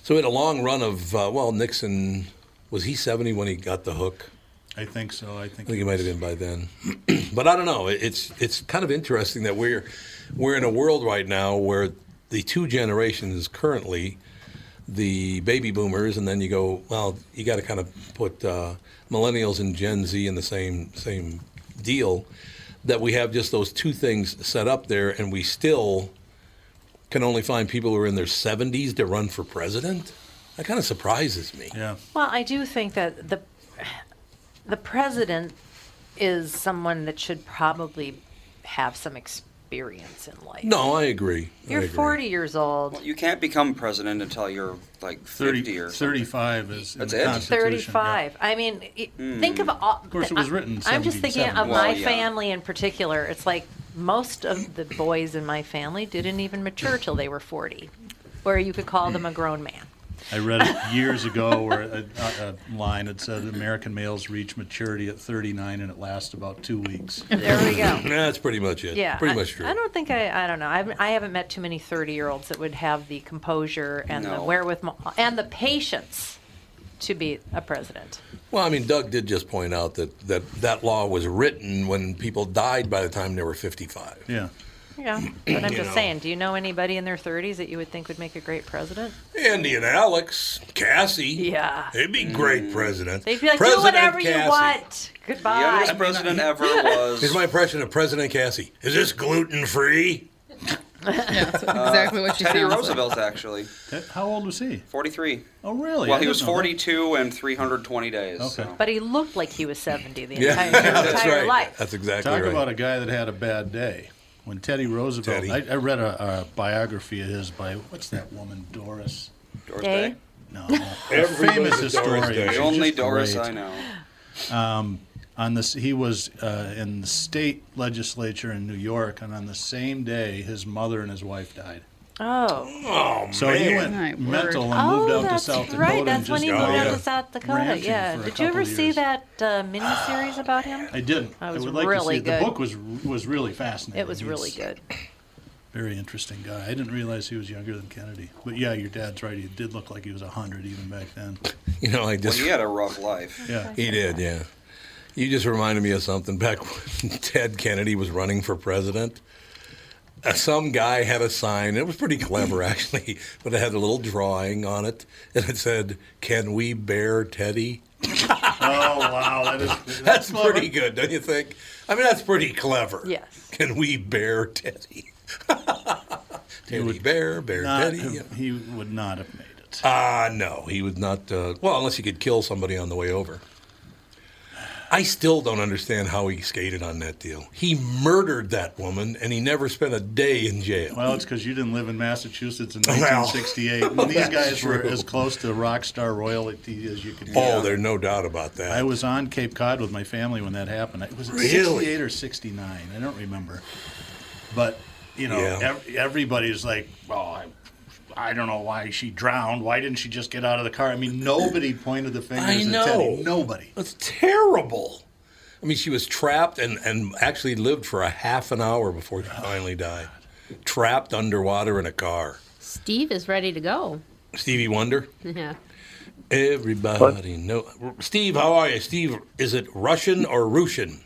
S1: So we had a long run of uh, well, Nixon was he seventy when he got the hook.
S2: I think so. I think,
S1: I think it might have been by then, but I don't know. It- It's it's kind of interesting that we're we're in a world right now where the two generations currently, the baby boomers, and then you go well, you got to kind of put uh, millennials and Gen Z in the same same deal. That we have just those two things set up there, and we still can only find people who are in their 70s to run for president. That kind of surprises me.
S2: Yeah.
S3: Well, I do think that the the president is someone that should probably have some experience in life.
S1: No, Oh, I agree. I
S3: You're
S1: agree.
S3: 40 years old.
S4: You can't become president until you're like
S2: 30,
S4: 50 or something.
S2: 35 is in
S4: That's
S2: the
S4: it?
S2: Constitution, yeah.
S3: 35. I mean, i think of all. Of
S2: course, it was written in
S3: I'm just thinking of
S2: 77.
S3: my
S4: Well, yeah.
S3: family in particular. It's like most of the boys in my family didn't even mature till they were 40, where you could call them a grown man.
S2: I read it years ago where a, a, a line that said American males reach maturity at 39 and it lasts about two weeks.
S3: There we go.
S1: Yeah, that's pretty much it.
S3: Yeah,
S1: pretty
S3: I,
S1: much true.
S3: I don't think I. I don't know. I've, I haven't met too many thirty-year-olds that would have the composure and the
S4: No.
S3: wherewithal and the patience to be a president.
S1: Well, I mean, Doug did just point out that that, that law was written when people died by the time they were 55.
S2: Yeah.
S3: Yeah, but I'm
S1: You
S3: just
S1: know.
S3: saying. Do you know anybody in their thirties that you would think would make a great president?
S1: Andy and Alex, Cassie.
S3: Yeah.
S1: They'd be
S7: Mm.
S1: great presidents.
S3: They'd be like,
S1: President
S3: do whatever
S1: Cassie."
S3: you want.
S4: The
S3: Goodbye.
S4: youngest president ever was.
S1: Here's my impression of President Cassie. Is this gluten free?
S7: Yeah, that's exactly what she
S4: Teddy
S7: sounds like.
S4: Roosevelt, actually.
S2: How old was he?
S4: 43.
S2: Oh, really?
S4: Well,
S2: I
S4: he
S2: didn't
S4: was
S2: know that.
S4: 42 and 320 days.
S2: Okay.
S4: so.
S3: But he looked like he was 70 the
S1: Yeah,
S3: entire, his
S1: that's
S3: entire
S1: right.
S3: life.
S1: That's exactly
S2: Talk
S1: right.
S2: about a guy that had a bad day. When Teddy Roosevelt,
S1: Teddy.
S2: I, I read a, a biography of his by what's that woman, Doris?
S4: Doris
S3: Day?
S4: Day.
S2: No,
S1: Everybody
S2: famous
S1: knows Doris
S2: historian.
S1: Day.
S2: She's
S4: The only
S2: just
S4: Doris
S2: great. Um,
S4: I know.
S2: on this he was uh, in the state legislature in New York and on the same day his mother and his wife died.
S3: Oh,
S2: So he went
S7: My word.
S2: mental and
S3: oh,
S2: moved out to
S3: that's
S2: South Dakota
S3: right.
S2: and
S3: That's when
S2: just
S3: he
S1: Oh,
S3: moved out
S1: yeah.
S3: to South Dakota.
S2: Ranching
S3: Yeah.
S2: for a
S3: Did you ever
S2: couple
S3: see
S2: years.
S3: that uh, miniseries about him?
S2: I didn't.
S3: That was
S2: I would like
S3: really
S2: to see it.
S3: good.
S2: The book was was really fascinating.
S3: It was really
S2: He's
S3: good.
S2: a Very interesting guy. I didn't realize he was younger than Kennedy. But yeah, your dad's right. He did look like he was 100 even back then.
S1: You know, I
S4: Well,
S1: just
S4: he had a rough life.
S2: Yeah.
S1: He did, yeah. You just reminded me of something back when Ted Kennedy was running for president. uh, Some guy had a sign. It was pretty clever, actually, but it had a little drawing on it, and it said, "Can we bear Teddy?"
S2: Oh, wow. That is,
S1: That's
S2: clever.
S1: pretty good, don't you think? I mean, that's pretty clever.
S3: Yes.
S1: Can we bear Teddy? Teddy bear, bear
S2: Not,
S1: Teddy. yeah.
S2: He would not have made it.
S1: Ah, no, he would not. Uh, well, unless he could kill somebody on the way over. I still don't understand how he skated on that deal. He murdered that woman, and he never spent a day in jail.
S2: Well, it's because you didn't live in Massachusetts in
S1: Well.
S2: 1968. when these
S1: That's
S2: guys were
S1: true.
S2: as close to rock star royalty as you could get.
S1: oh, there's no doubt about that.
S2: I was on Cape Cod with my family when that happened. It was it
S1: Really?
S2: 68 or 69. I don't remember. But, you know,
S1: Yeah.
S2: ev- everybody's like, well, I, I don't know why she drowned. Why didn't she just get out of the car? I mean, nobody pointed the fingers
S1: I
S2: at Teddy.
S1: know.
S2: Nobody.
S1: That's terrible. I mean, she was trapped and, and actually lived for a half an hour before she finally died. Trapped underwater in a car.
S5: Steve is ready to go.
S1: Stevie Wonder?
S5: Yeah.
S1: Everybody know. Steve, how are you? Steve, is it Russian or Russian?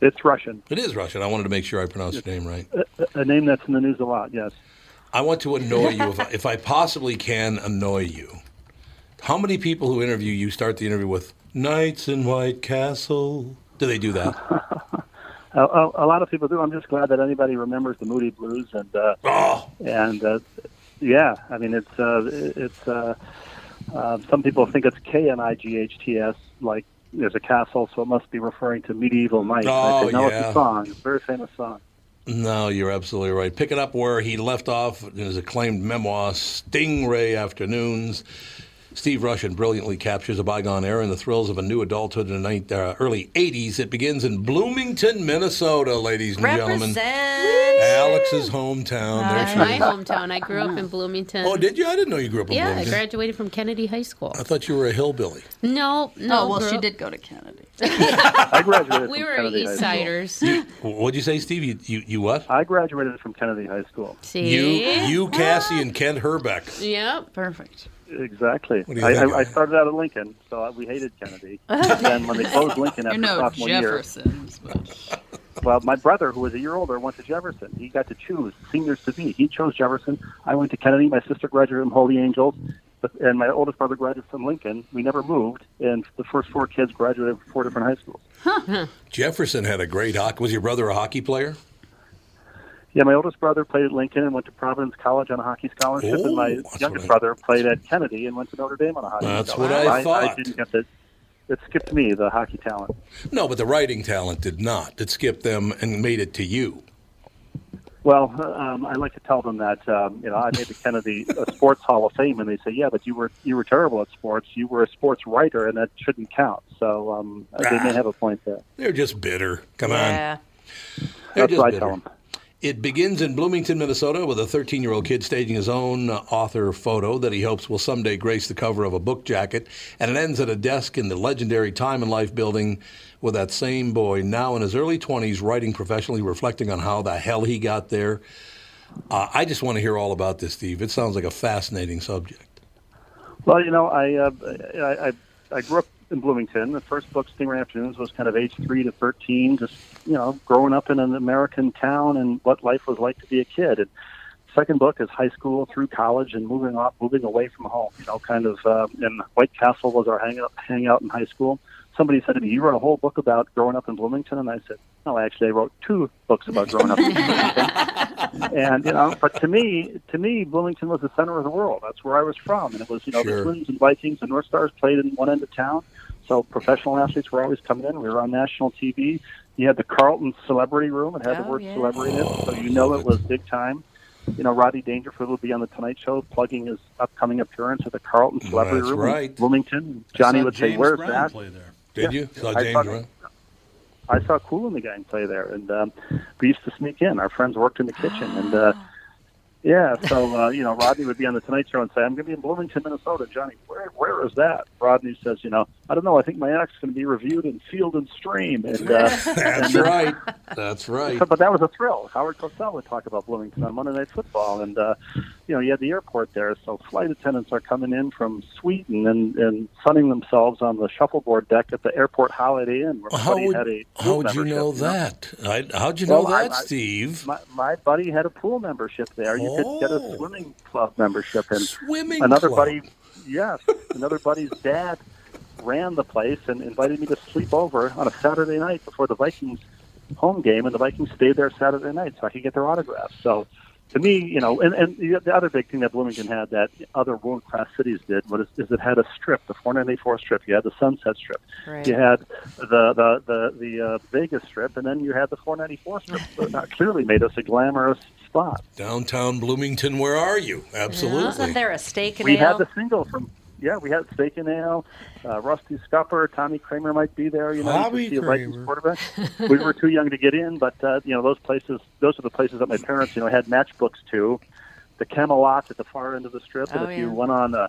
S8: It's Russian,
S1: It is Russian. I wanted to make sure I pronounced your name right.
S8: a name that's in the news a lot. Yes,
S1: I want to annoy you if I, if I possibly can annoy you. How many people who interview you start the interview with "Knights in White Castle"? Do they do that?
S8: a, a, a lot of people do. I'm just glad that anybody remembers the Moody Blues and uh,
S1: Oh,
S8: and uh, yeah, I mean it's uh, it's uh, uh, some people think it's K N I G H T S like. There's a castle, so it must be referring to medieval knights. And I
S1: Oh,
S8: said, no, it's
S1: yeah.
S8: a song. It's a very famous song.
S1: no, you're absolutely right. Pick it up where he left off in his acclaimed memoir, Stingray Afternoons. Steve Russian brilliantly captures a bygone era and the thrills of a new adulthood in the ninth, uh, early 80s. It begins in Bloomington, Minnesota, ladies and gentlemen.
S3: Represent.
S1: Alex's hometown. Oh, There
S5: That's
S1: she
S5: my
S1: is.
S5: hometown. I grew up in Bloomington.
S1: Oh, did you? I didn't know you grew up in
S5: yeah, I
S1: Bloomington. Uh,
S5: graduated from Kennedy High School.
S1: I thought you were a hillbilly.
S5: No, no.
S7: Oh well,
S5: grew
S7: she
S5: up-
S7: did go to Kennedy.
S8: I graduated
S5: Uh, We
S8: from
S5: were
S8: Kennedy High
S5: East
S8: School.
S5: Siders.
S1: What'd you say, Steve? You you, you what?
S8: I graduated from Kennedy High School.
S1: You
S5: See?
S1: you Cassie and Kent Herbeck.
S5: Yep.
S7: Perfect.
S8: Exactly.
S1: do you
S8: I,
S1: think?
S8: I, I started out at Lincoln, so I, we hated Kennedy. and then when they closed Lincoln
S7: You're
S8: after
S7: no
S8: sophomore year,
S7: Jefferson. but-
S8: well, my brother, who was a year older, went to Jefferson. He got to choose seniors to be. He chose Jefferson. I went to Kennedy. My sister graduated from Holy Angels, but- and my oldest brother graduated from Lincoln. We never moved, and the first four kids graduated from four different high schools.
S1: Jefferson had a great hockey. Was your brother a hockey player?
S8: Yeah, my oldest brother played at Lincoln and went to Providence College on a hockey scholarship,
S1: Oh,
S8: and my
S1: that's what
S8: youngest
S1: I-
S8: brother played at Kennedy and went to Notre Dame on a hockey
S1: That's what
S8: scholarship.
S1: I
S8: I
S1: thought.
S8: didn't get the, it skipped me, the hockey talent.
S1: No, but the writing talent did not. It skipped them and made it to you.
S8: Well, um, I like to tell them that um, you know I made the Kennedy a sports Hall of Fame, and they say, "Yeah, but you were you were terrible at sports. You were a sports writer, and that shouldn't count." So um, they
S1: Ah.
S8: may have a point there.
S1: They're just bitter. Come
S3: Yeah.
S1: on, they're
S8: That's
S1: just
S8: what I
S1: bitter.
S8: tell them.
S1: It begins in Bloomington, Minnesota, with a 13 year old kid staging his own uh, author photo that he hopes will someday grace the cover of a book jacket. And it ends at a desk in the legendary Time and Life building with that same boy, now in his early 20s, writing professionally, reflecting on how the hell he got there. Uh, I just want to hear all about this, Steve. It sounds like a fascinating subject.
S8: Well, you know, I, uh, I I I grew up in Bloomington. The first book, Stingray Afternoons, was kind of age three to thirteen. Just you know, growing up in an American town and what life was like to be a kid. And second book is high school through college and moving off, moving away from home. You know, kind of. Uh, and White Castle was our hangout hangout in high school. Somebody said to me, "You wrote a whole book about growing up in Bloomington," and I said, Well, actually, I wrote two books about growing up. in Bloomington. and you know, but to me, to me, Bloomington was the center of the world. That's where I was from, and it was you know
S1: Sure.
S8: the Twins and Vikings and North Stars played in one end of town, so professional athletes were always coming in. We were on national TV. You had the Carlton Celebrity Room. It had the word celebrity in it, so you know it was big time. You know, Roddy Dangerfield will be on the Tonight Show plugging his upcoming appearance at the Carlton Celebrity
S1: That's
S8: Room in
S1: right.
S8: Bloomington.
S1: I
S8: Johnny
S1: saw
S8: would say,
S1: James
S8: "Where's
S1: Brown
S8: that?"
S1: play there. Did you? Saw
S8: I
S1: James
S8: saw-
S1: Brown?
S8: I saw Cool and the Gang play there, and um, we used to sneak in. Our friends worked in the kitchen, and uh, yeah, so uh, you know, Rodney would be on the Tonight Show and say, "I'm going to be in Bloomington, Minnesota." Johnny, where where is that? Rodney says, "You know, I don't know. I think my act's going to be reviewed in Field and Stream." And uh,
S1: That's
S8: and, uh,
S1: right. That's right.
S8: so- but that was a thrill. Howard Cosell would talk about Bloomington on Monday Night Football, and uh, you know you had the airport there, so flight attendants are coming in from Sweden and, and sunning themselves on the shuffleboard deck at the airport Holiday Inn, where
S1: How
S8: somebody had a
S1: would, how
S8: pool
S1: would you
S8: membership,
S1: know that? I, how'd you
S8: Well,
S1: know
S8: I-
S1: that,
S8: I-
S1: Steve?
S8: My, my buddy had a pool membership there. You could get
S1: Oh.
S8: a swimming club membership, and
S1: Swimming
S8: another
S1: club.
S8: buddy, yes, another buddy's dad ran the place and invited me to sleep over on a Saturday night before the Vikings home game, and the Vikings stayed there Saturday night so I could get their autographs. So. To me, you know, and, and the the other big thing that Bloomington had that other world class cities did was is it had a strip, the 494 strip. You had the Sunset Strip.
S3: Right.
S8: You had the the the, the uh, Vegas Strip, and then you had the 494 Strip. So that clearly made us a glamorous spot.
S1: Downtown Bloomington, where are you? Absolutely.
S3: Wasn't there a steak and
S8: we
S3: ale?
S8: had the single from yeah, we had Steak and Ale, uh, Rusty Scupper, Tommy Kramer might be there. You know, you could
S9: Tommy
S8: see a Vikings
S9: Kramer.
S8: quarterback. we were too young to get in, but uh, you know those places. Those are the places that my parents you know had matchbooks to. The Camelot at the far end of the strip, and
S9: Oh,
S8: if you
S9: yeah.
S8: went on a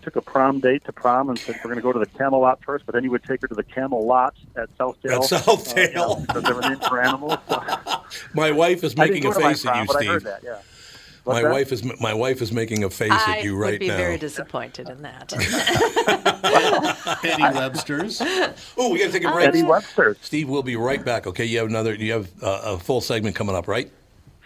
S8: took a prom date to prom and said we're going to go to the Camelot first, but then you would take her to the Camelot at Southdale.
S1: At Southdale.
S8: uh, you know, because they were named for animals. So-
S1: My wife is
S8: I didn't
S1: making
S8: go
S1: a
S8: to my
S1: face
S8: prom,
S1: at you,
S8: but I
S1: Steve.
S8: heard that, yeah. What's
S1: My
S8: that?
S1: wife is my wife is making a face
S3: I
S1: at you
S3: would
S1: right
S3: be
S1: now.
S3: very disappointed in that.
S2: Eddie Webster's.
S1: Oh, we got to take a
S3: Uh,
S1: break.
S8: Eddie Webster.
S1: Steve, we'll be right back. Okay, you have another. You have uh, a full segment coming up, right?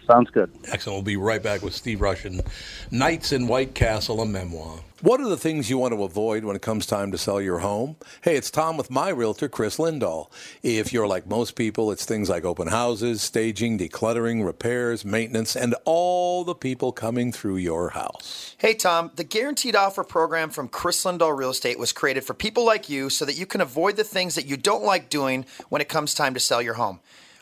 S8: Sounds good.
S1: Excellent. We'll be right back with Steve Russian, Knights in White Castle, a memoir. What are the things you want to avoid when it comes time to sell your home? Hey, it's Tom with my realtor, Chris Lindahl. If you're like most people, it's things like open houses, staging, decluttering, repairs, maintenance, and all the people coming through your house.
S10: Hey, Tom, the Guaranteed Offer program from Chris Lindahl Real Estate was created for people like you so that you can avoid the things that you don't like doing when it comes time to sell your home.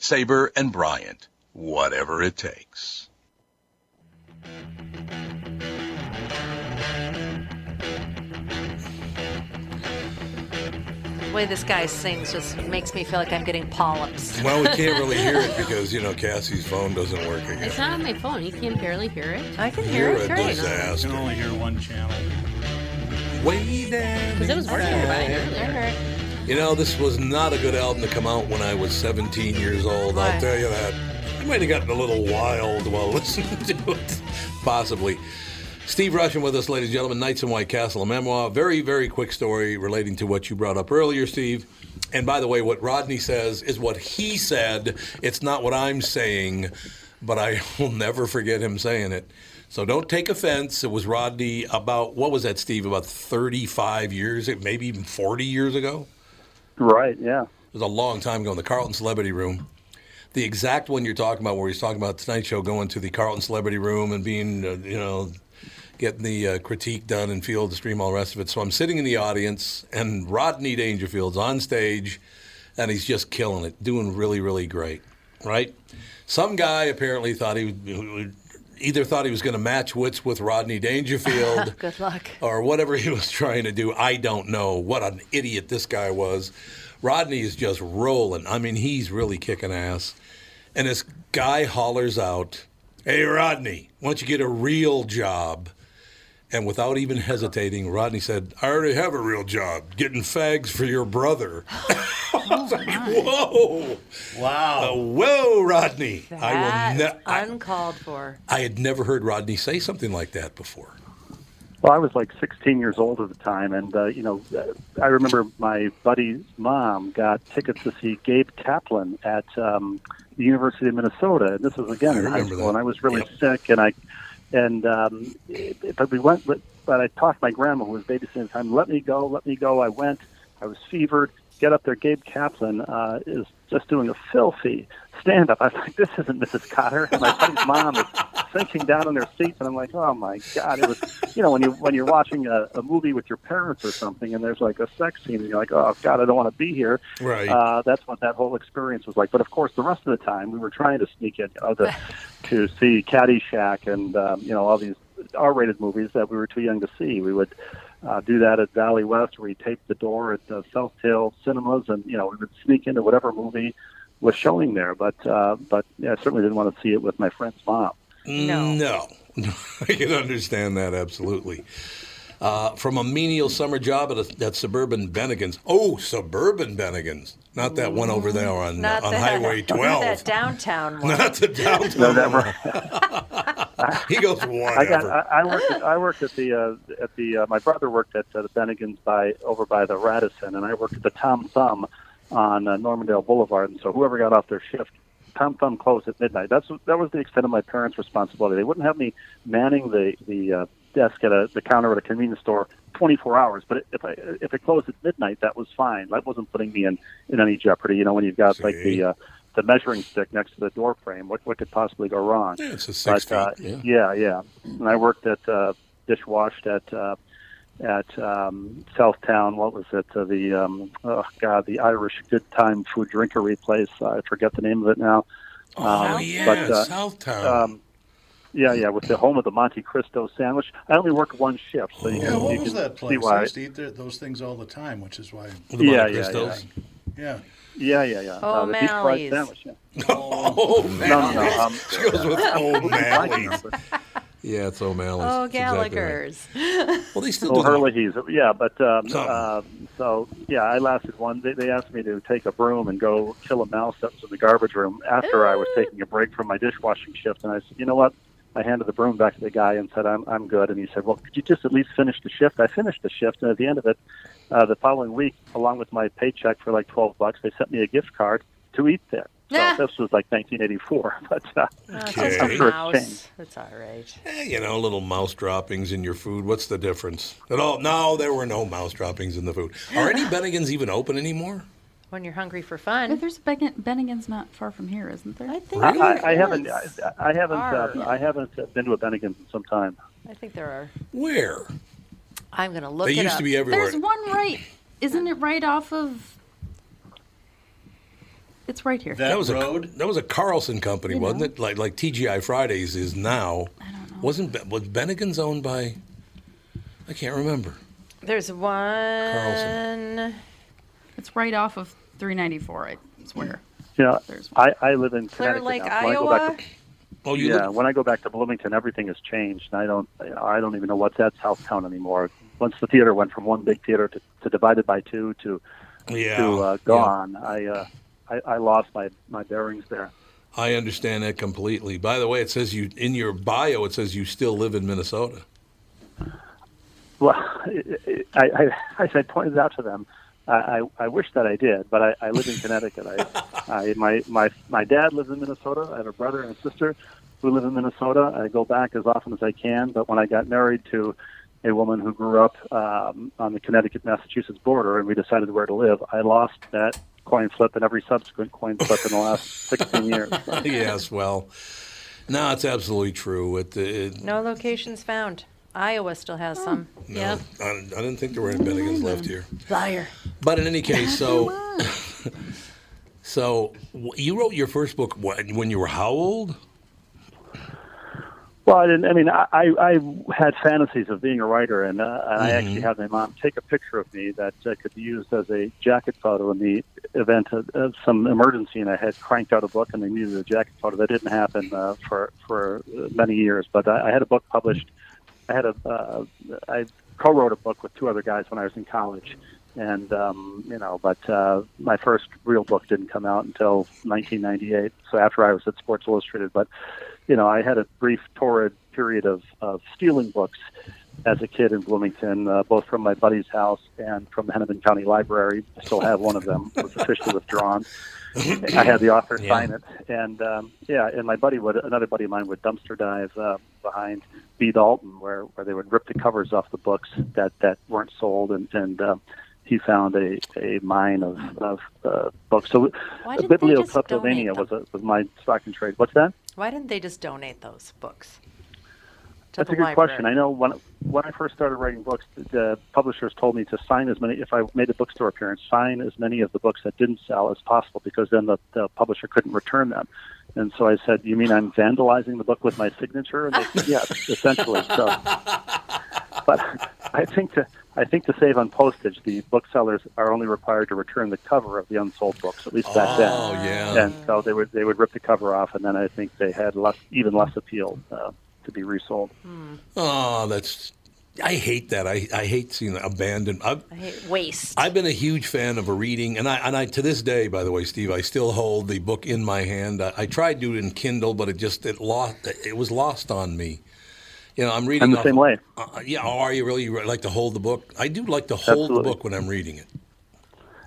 S11: Saber and Bryant, whatever it takes.
S3: the way this guy sings just makes me feel like I'm getting polyps.
S1: Well, we can't really hear it because, you know, Cassie's phone doesn't work again.
S5: It's not on my phone. You can barely hear it.
S3: I can
S1: You're a disaster.
S2: You can only hear one channel.
S1: Way down.
S5: Because it was working fine
S3: I
S5: earlier.
S3: heard.
S1: You know, this was not a good album to come out when I was 17 years old. I'll
S3: Right.
S1: tell you that. I might have gotten a little wild while listening to it, possibly. Steve Russian with us, ladies and gentlemen. Knights in White Castle, a memoir. Very, very quick story relating to what you brought up earlier, Steve. And by the way, what Rodney says is what he said. It's not what I'm saying, but I will never forget him saying it. So don't take offense. It was Rodney about, what was that, Steve? About 35 years, maybe even 40 years ago?
S8: Right, yeah.
S1: It was a long time ago in the Carlton Celebrity Room. the exact one you're talking about, where he's talking about Tonight Show going to the Carlton Celebrity Room and being, uh, you know, getting the uh, critique done and field the stream, all the rest of it. So I'm sitting in the audience, and Rodney Dangerfield's on stage, and he's just killing it, doing really, really great, right? Some guy apparently thought he would. Either thought he was going to match wits with Rodney Dangerfield,
S3: Good luck.
S1: or whatever he was trying to do. I don't know what an idiot this guy was. Rodney is just rolling. I mean, he's really kicking ass. And this guy hollers out, Hey, Rodney, why don't you get a real job? And without even hesitating, Rodney said, I already have a real job, getting fags for your brother.
S3: Oh,
S1: Whoa! Wow. Uh, whoa, Rodney. I, will
S3: That's
S1: ne- I,
S3: uncalled for.
S1: I had never heard Rodney say something like that before.
S8: Well, I was like 16 years old at the time, and uh, you know, I remember my buddy's mom got tickets to see Gabe Kaplan at um, the University of Minnesota. And this was again
S1: I
S8: in high
S1: remember
S8: school,
S1: that.
S8: and I was really sick, and I and um, it- but we went. But, but I talked my grandma, who was babysitting at the time, let me go, let me go. I went. I was fevered. Get up there, Gabe Kaplan uh, is just doing a filthy stand up. I was like, this isn't Mrs. Cotter. And my buddy's mom is sinking down in their seats, and I'm like, oh my god, it was. You know, when you when you're watching a, a movie with your parents or something, and there's like a sex scene, and you're like, oh god, I don't want to be here.
S1: Right.
S8: Uh, that's what that whole experience was like. But of course, the rest of the time, we were trying to sneak in you know, the, to see Caddyshack and um, you know all these R-rated movies that we were too young to see. We would uh, do that at Valley West, where we taped the door at the South Hill Cinemas, and you know we would sneak into whatever movie was showing there. But uh, but yeah, I certainly didn't want to see it with my friend's mom.
S1: No. No. I can understand that absolutely. Uh, from a menial summer job at, a, at suburban Bennigan's. Oh, suburban Bennigan's, not that one over there on
S3: Not
S1: on
S3: that-
S1: Highway
S3: not
S1: 12.
S3: That downtown one.
S1: Not the downtown.
S8: No, that one.
S1: he goes whatever.
S8: I got. I, I worked. At, I worked at the uh, at the. Uh, my brother worked at uh, the Bennigan's by over by the Radisson, and I worked at the Tom Thumb on uh, Normandale Boulevard. And so whoever got off their shift, Tom Thumb closed at midnight. That's that was the extent of my parents' responsibility. They wouldn't have me manning the the uh, desk at a the counter at a convenience store 24 hours. But if I if it closed at midnight, that was fine. That wasn't putting me in in any jeopardy. You know, when you've got like the uh, the measuring stick next to the door frame, what what could possibly go wrong?
S1: Yeah, it's a six
S8: But, uh,
S1: feet,
S8: yeah,
S1: yeah.
S8: yeah. And I worked at uh, dishwashed at uh, at um, Southtown. What was it? Uh, the um, oh god, the Irish Good Time Food Drinkery place. I forget the name of it now. uh,
S1: Oh, yeah, Southtown.
S8: Um, yeah, yeah, with the home of the Monte Cristo sandwich. I only worked one shift, so
S1: Oh,
S8: you
S2: Yeah,
S8: can,
S2: what
S8: you
S2: was
S8: can
S2: that
S8: see
S2: place? I
S8: why.
S2: used to eat there, those things all the time, which is why.
S8: The Monte Yeah, yeah, Cristos?
S2: Yeah.
S8: Yeah, yeah, yeah. uh, the deep fried
S2: O'Malley's.
S8: sandwich. Yeah.
S1: Oh, man.
S8: No, no, no. Um,
S1: she goes with
S8: uh,
S1: O'Malley's. yeah, it's O'Malley's.
S3: Oh,
S1: That's exactly right.
S3: Gallagher's.
S1: Well, they still
S8: Oh,
S1: do that.
S8: Hurley's, yeah, but um,
S1: Something.
S8: uh, so yeah, I lasted one. They, they asked me to take a broom and go kill a mouse that was in the garbage room after I was taking a break from my dishwashing shift, and I said, you know what? I handed the broom back to the guy and said, I'm I'm good, and he said, well, could you just at least finish the shift? I finished the shift, and at the end of it, uh, the following week, along with my paycheck for like twelve bucks, they sent me a gift card to eat there. So this was like 1984, but uh,
S1: Okay.
S8: I'm sure it's changed.
S3: Mouse. That's all right.
S1: Eh, you know, little mouse droppings in your food. What's the difference? At all? No, there were no mouse droppings in the food. Are any Bennigan's even open anymore?
S3: When you're hungry for fun.
S7: But there's a Ben- Bennigan's not far from here, isn't there? I
S3: think
S8: I, I, I haven't, I, I haven't,
S3: Arr.
S8: uh, I haven't been to a Bennigan's in some time.
S3: I think there are.
S1: Where?
S3: I'm going to look
S1: They
S3: it
S1: used
S3: up.
S1: to be everywhere.
S7: There's one right. Isn't it right off of? It's right here.
S1: was a that was a Carlson company, wasn't it? Like like TGI Fridays is now. I don't know. Wasn't Ben- was Bennigan's owned by? I can't remember.
S3: There's one. Carlson.
S7: It's right off of 394. I swear.
S8: Yeah, I, I live in
S7: Clear
S8: Connecticut
S7: Lake,
S8: now. When I go back to-
S1: oh,
S8: yeah. When I go back to Bloomington, everything has changed, and I don't, you know, I don't even know what's at Southtown anymore. Once the theater went from one big theater to, to divided by two to
S1: Yeah,
S8: to uh,
S1: yeah.
S8: gone, I, uh, I I lost my my bearings there.
S1: I understand that completely. By the way, it says you in your bio. It says you still live in Minnesota.
S8: Well, I, I, I, as I pointed out to them, I, I, I wish that I did, but I, I live in Connecticut. I, I, my, my, my dad lives in Minnesota. I have a brother and a sister who live in Minnesota. I go back as often as I can, but when I got married to a woman who grew up um, on the Connecticut Massachusetts border and we decided where to live, I lost that coin flip and every subsequent coin flip in the last 16 years.
S1: yes, well, no, it's absolutely true. It, it,
S3: No locations found. Iowa still has some.
S1: Oh. no, I, I didn't think there were any Bennigans left here.
S3: Liar.
S1: But in any case, so so w- you wrote your first book when, when you were how old?
S8: Well, I didn't. I mean, I, I I had fantasies of being a writer, and, uh, and I
S1: Mhm.
S8: actually had my mom take a picture of me that uh, could be used as a jacket photo in the event of, of some emergency. And I had cranked out a book, and they needed a jacket photo. That didn't happen uh, for for uh, many years, but I, I had a book published. I had a uh, I co-wrote a book with two other guys when I was in college, and um, you know, but uh, my first real book didn't come out until 1998. So after I was at Sports Illustrated, but you know, I had a brief torrid period of, of stealing books as a kid in Bloomington, uh, both from my buddy's house and from the Hennepin County Library. I still have one of them. It was officially withdrawn. I had the author
S9: Yeah.
S8: sign it, and um, yeah, and my buddy would another buddy of mine would dumpster dive uh, behind B. Dalton, where where they would rip the covers off the books that that weren't sold, and and um, he found a, a mine of of uh, books. So
S3: Why
S8: uh,
S3: didn't they just
S8: biblioleptomania was a, was my stock and trade. What's that?
S3: Why didn't they just donate those books? to
S8: That's
S3: the
S8: a good
S3: library.
S8: question. I know when when I first started writing books, the publishers told me to sign as many. If I made a bookstore appearance, sign as many of the books that didn't sell as possible, because then the, the publisher couldn't return them. And so I said, "You mean I'm vandalizing the book with my signature?" And they said, "Yes, essentially." So, but I think to I think to save on postage, the booksellers are only required to return the cover of the unsold books, at least back then.
S1: Oh, yeah.
S8: And so they would they would rip the cover off, and then I think they had less even less appeal uh, to be resold.
S3: Hmm,
S1: Oh, that's I hate that. I, I hate seeing abandoned. I've,
S3: I hate waste.
S1: I've been a huge fan of a reading, and I and I to this day, by the way, Steve, I still hold the book in my hand. I, I tried to do it in Kindle, but it just it lost it was lost on me. You know, I'm reading.
S8: I'm the
S1: off-
S8: same way.
S1: Uh, yeah, oh, are you really you like to hold the book? I do like to hold the
S8: Absolutely.
S1: book when I'm reading it.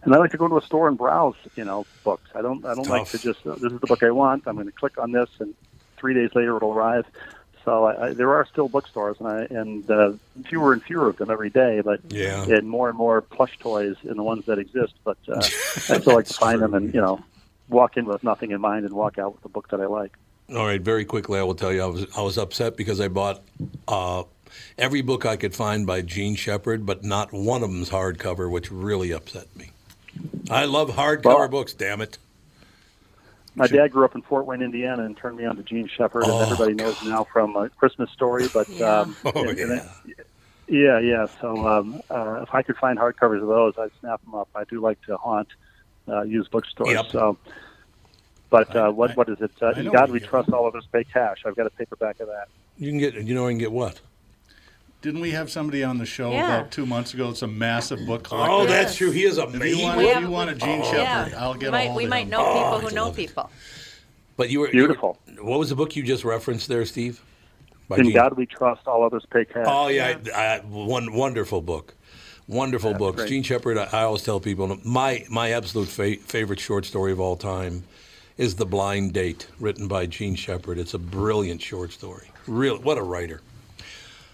S8: And I like to go to a store and browse, you know, books. I don't I don't like
S1: Tough.
S8: to just uh, this is the book I want. I'm going to click on this, and three days later it'll arrive. So I, I, there are still bookstores, and I and uh, fewer and fewer of them every day, but
S1: Yeah.
S8: and more and more plush toys in the ones that exist. But uh, I still like to find them and you know walk in with nothing in mind and walk out with the book that I like.
S1: All right, very quickly, I will tell you, I was I was upset because I bought uh, every book I could find by Gene Shepard, but not one of them's hardcover, which really upset me. I love hardcover books. Damn it!
S8: My dad grew up in Fort Wayne, Indiana, and turned me on to Gene Shepard,
S1: Oh,
S8: and everybody knows now from uh, Christmas Story. But
S1: Yeah.
S8: um,
S1: Oh,
S8: and- and
S1: yeah.
S8: it- yeah, yeah. So um, uh, if I could find hardcovers of those, I'd snap them up. I do like to haunt uh, used bookstores. So, but uh, what what is it? Uh, in
S1: know
S8: God
S1: where
S8: We Trust, all of us pay cash. I've got a paperback of that.
S1: You can get you know I can get what?
S2: Didn't we have somebody on the show
S8: Yeah.
S2: about two months ago? It's a massive book collector.
S1: Oh, that's true. He is
S2: If you
S1: amazing.
S2: want, if you want a Gene Shepherd, I'll
S3: we
S2: get
S3: might,
S2: a hold
S3: we
S2: of
S3: might
S2: him.
S3: know people who know people.
S1: But you were beautiful. what was the book you just referenced there, Steve? By
S8: in
S1: Gene-
S8: God We Trust, all of us pay cash.
S1: Oh yeah, I, I, one wonderful book, wonderful books.
S8: great.
S1: Gene Shepard. I, I always tell people my my absolute fa- favorite short story of all time is The Blind Date, written by Gene Shepard. It's a brilliant short story. Real, what a writer.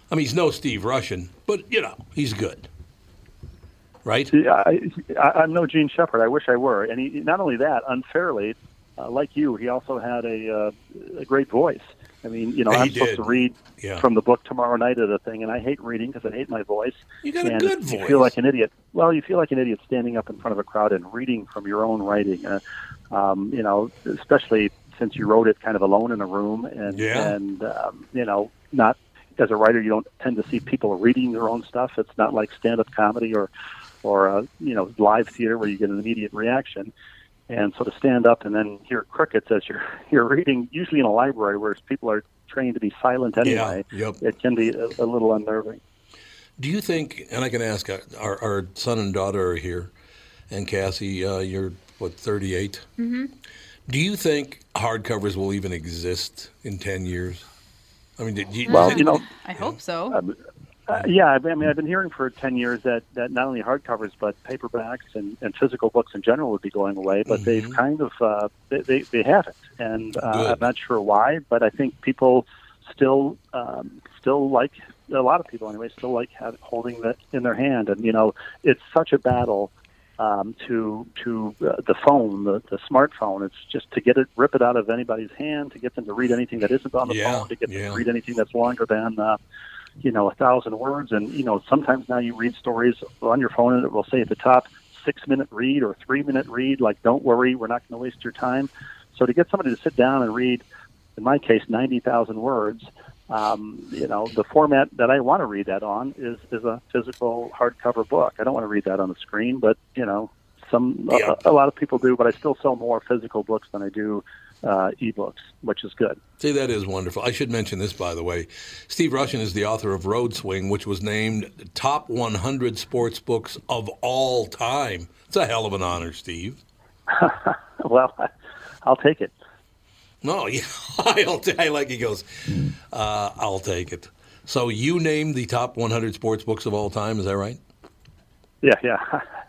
S1: I mean, he's no Steve Russian, but you know he's good. Right?
S8: Yeah, I, I, I'm no Gene Shepherd. I wish I were. And he, not only that, unfairly, uh, like you, he also had a, uh, a great voice. I mean, you know,
S1: He
S8: I'm supposed
S1: did.
S8: to read
S1: Yeah.
S8: from the book tomorrow night at a thing, and I hate reading because I hate my voice.
S1: You got a
S8: and
S1: good
S8: You
S1: voice.
S8: feel like an idiot. Well, you feel like an idiot standing up in front of a crowd and reading from your own writing. Uh, um, you know, especially since you wrote it kind of alone in a room, and
S1: Yeah.
S8: and um, you know, not as a writer, you don't tend to see people reading their own stuff. It's not like stand-up comedy or or uh, you know live theater where you get an immediate reaction. And so to stand up and then hear crickets as you're you're reading, usually in a library where people are trained to be silent anyway, it can be a, a little unnerving.
S1: Do you think? And I can ask uh, our, our son and daughter are here, and Cassie, uh, you're what 38.
S5: hmm
S1: Do you think hardcovers will even exist in 10 years? I mean, did you,
S8: Well, you know,
S7: I hope so.
S8: Uh, yeah, I mean, I've been hearing for 10 years that, that not only hardcovers, but paperbacks and, and physical books in general would be going away, but
S7: Mm-hmm.
S8: they've kind of, uh, they, they, they haven't. And uh, I'm not sure why, but I think people still, um, still like, a lot of people anyway, still like have, holding that in their hand. And, you know, it's such a battle um, to to uh, the phone, the, the smartphone. It's just to get it, rip it out of anybody's hand, to get them to read anything that isn't on the
S9: Yeah,
S8: phone, to get them
S9: yeah.
S8: to read anything that's longer than uh, you know a thousand words. And you know sometimes now you read stories on your phone, and it will say at the top six minute read or three minute read. Like, don't worry, we're not going to waste your time. So to get somebody to sit down and read, in my case, ninety thousand words. Um, you know, the format that I want to read that on is, is a physical hardcover book. I don't want to read that on the screen, but you know, some a- a, lot of people do. But I still sell more physical books than I do uh, ebooks, which is good.
S1: See, that is wonderful. I should mention this, by the way. Steve Russian is the author of Road Swing, which was named top 100 sports books of all time. It's a hell of an honor, Steve.
S8: well, I'll take it.
S1: No, yeah, I'll t- I like he goes. Uh, I'll take it. So you named the top 100 sports books of all time. Is that right?
S8: Yeah, yeah.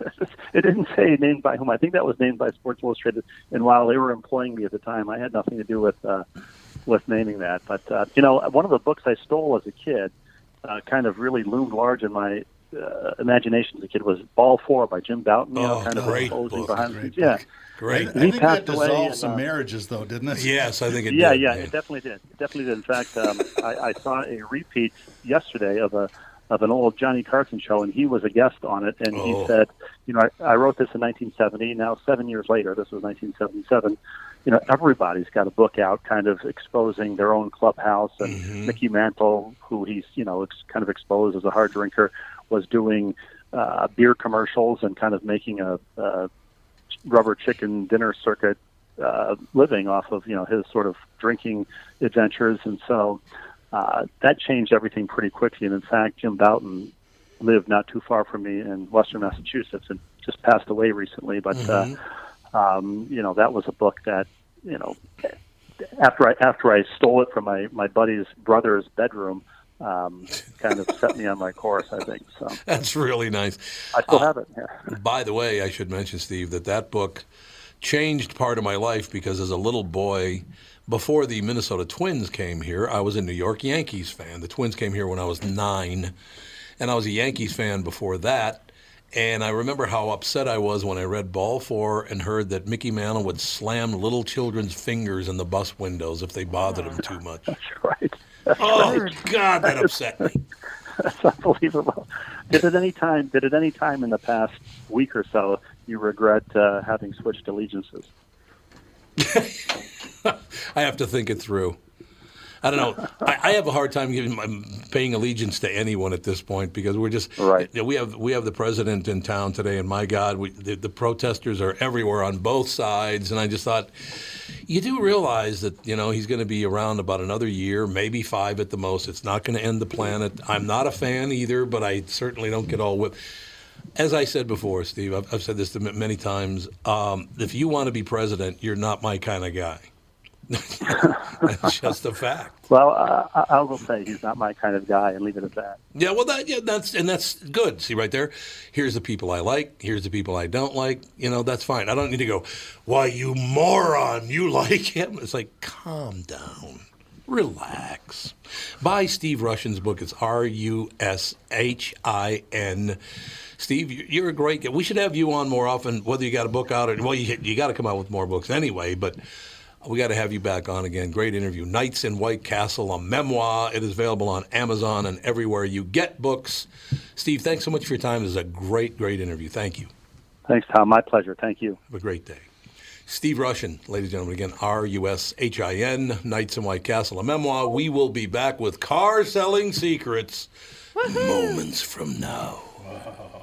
S8: it didn't say named by whom. I think that was named by Sports Illustrated. And while they were employing me at the time, I had nothing to do with uh, with naming that. But uh, you know, one of the books I stole as a kid uh, kind of really loomed large in my uh, imagination as a kid was Ball Four by Jim Bouton. You know,
S1: Oh,
S8: kind of
S1: great
S8: posing
S1: book,
S8: behind the
S1: great
S8: scenes. Yeah,
S1: Great.
S2: I, I think that
S8: passed away
S2: dissolved
S8: in,
S2: some
S8: uh,
S2: marriages, though, didn't it?
S1: Yes, I think it
S8: yeah,
S1: did,
S8: Yeah,
S1: yeah.
S8: it definitely did. It definitely did. In fact, um, I, I saw a repeat yesterday of a of an old Johnny Carson show, and he was a guest on it, and
S9: Oh.
S8: he said, you know, I, I wrote this in 1970. Now, seven years later, this was 1977. You know, everybody's got a book out, kind of exposing their own clubhouse. And Mickey Mantle, who he's you know ex- kind of exposed as a hard drinker, was doing uh, beer commercials and kind of making a, a rubber chicken dinner circuit uh, living off of you know his sort of drinking adventures, and so uh, that changed everything pretty quickly. And in fact, Jim Bouton lived not too far from me in Western Massachusetts and just passed away recently. But uh, um, you know that was a book that you know after I after I stole it from my my buddy's brother's bedroom. Um, kind of set me on my course, I think. So
S1: That's really nice. Uh,
S8: I still have it. Yeah.
S1: By the way, I should mention, Steve, that that book changed part of my life because as a little boy, before the Minnesota Twins came here, I was a New York Yankees fan. The Twins came here when I was nine, and I was a Yankees fan before that. And I remember how upset I was when I read Ball Four and heard that Mickey Mantle would slam little children's fingers in the bus windows if they bothered him too much. That's
S8: right.
S1: oh
S8: right.
S1: God, that upset me.
S8: That's unbelievable. Did at any time, did at any time in the past week or so, you regret uh, having switched allegiances?
S1: I have to think it through. I don't know. I, I have a hard time giving my, paying allegiance to anyone at this point because we're just right. We have we have the president in town today, and my God, we, the, the protesters are everywhere on both sides. And I just thought, you do realize that you know he's going to be around about another year, maybe five at the most. It's not going to end the planet. I'm not a fan either, but I certainly don't get all whipped. As I said before, Steve, I've, I've said this to m- many times. Um, if you want to be president, you're not my kind of guy. That's just a fact.
S8: Well, I, I- I will say he's not my kind of guy, and leave it at that.
S1: Yeah, well, that yeah, that's and that's good. See right there, here's the people I like. Here's the people I don't like. You know, that's fine. I don't need to go. Why you moron? You like him? It's like calm down, relax. Buy Steve Russian's book. It's R U S H I N. Steve, you- you're a great guy. We should have you on more often. Whether you got a book out or well, you you got to come out with more books anyway, but. We got to have you back on again. Great interview. Knights in White Castle, a memoir. It is available on Amazon and everywhere you get books. Steve, thanks so much for your time. This is a great, great interview. Thank you.
S8: Thanks, Tom. My pleasure. Thank you.
S1: Have a great day. Steve Russian, ladies and gentlemen, again, R U S H I N, Knights in White Castle, a memoir. We will be back with car selling secrets moments from now.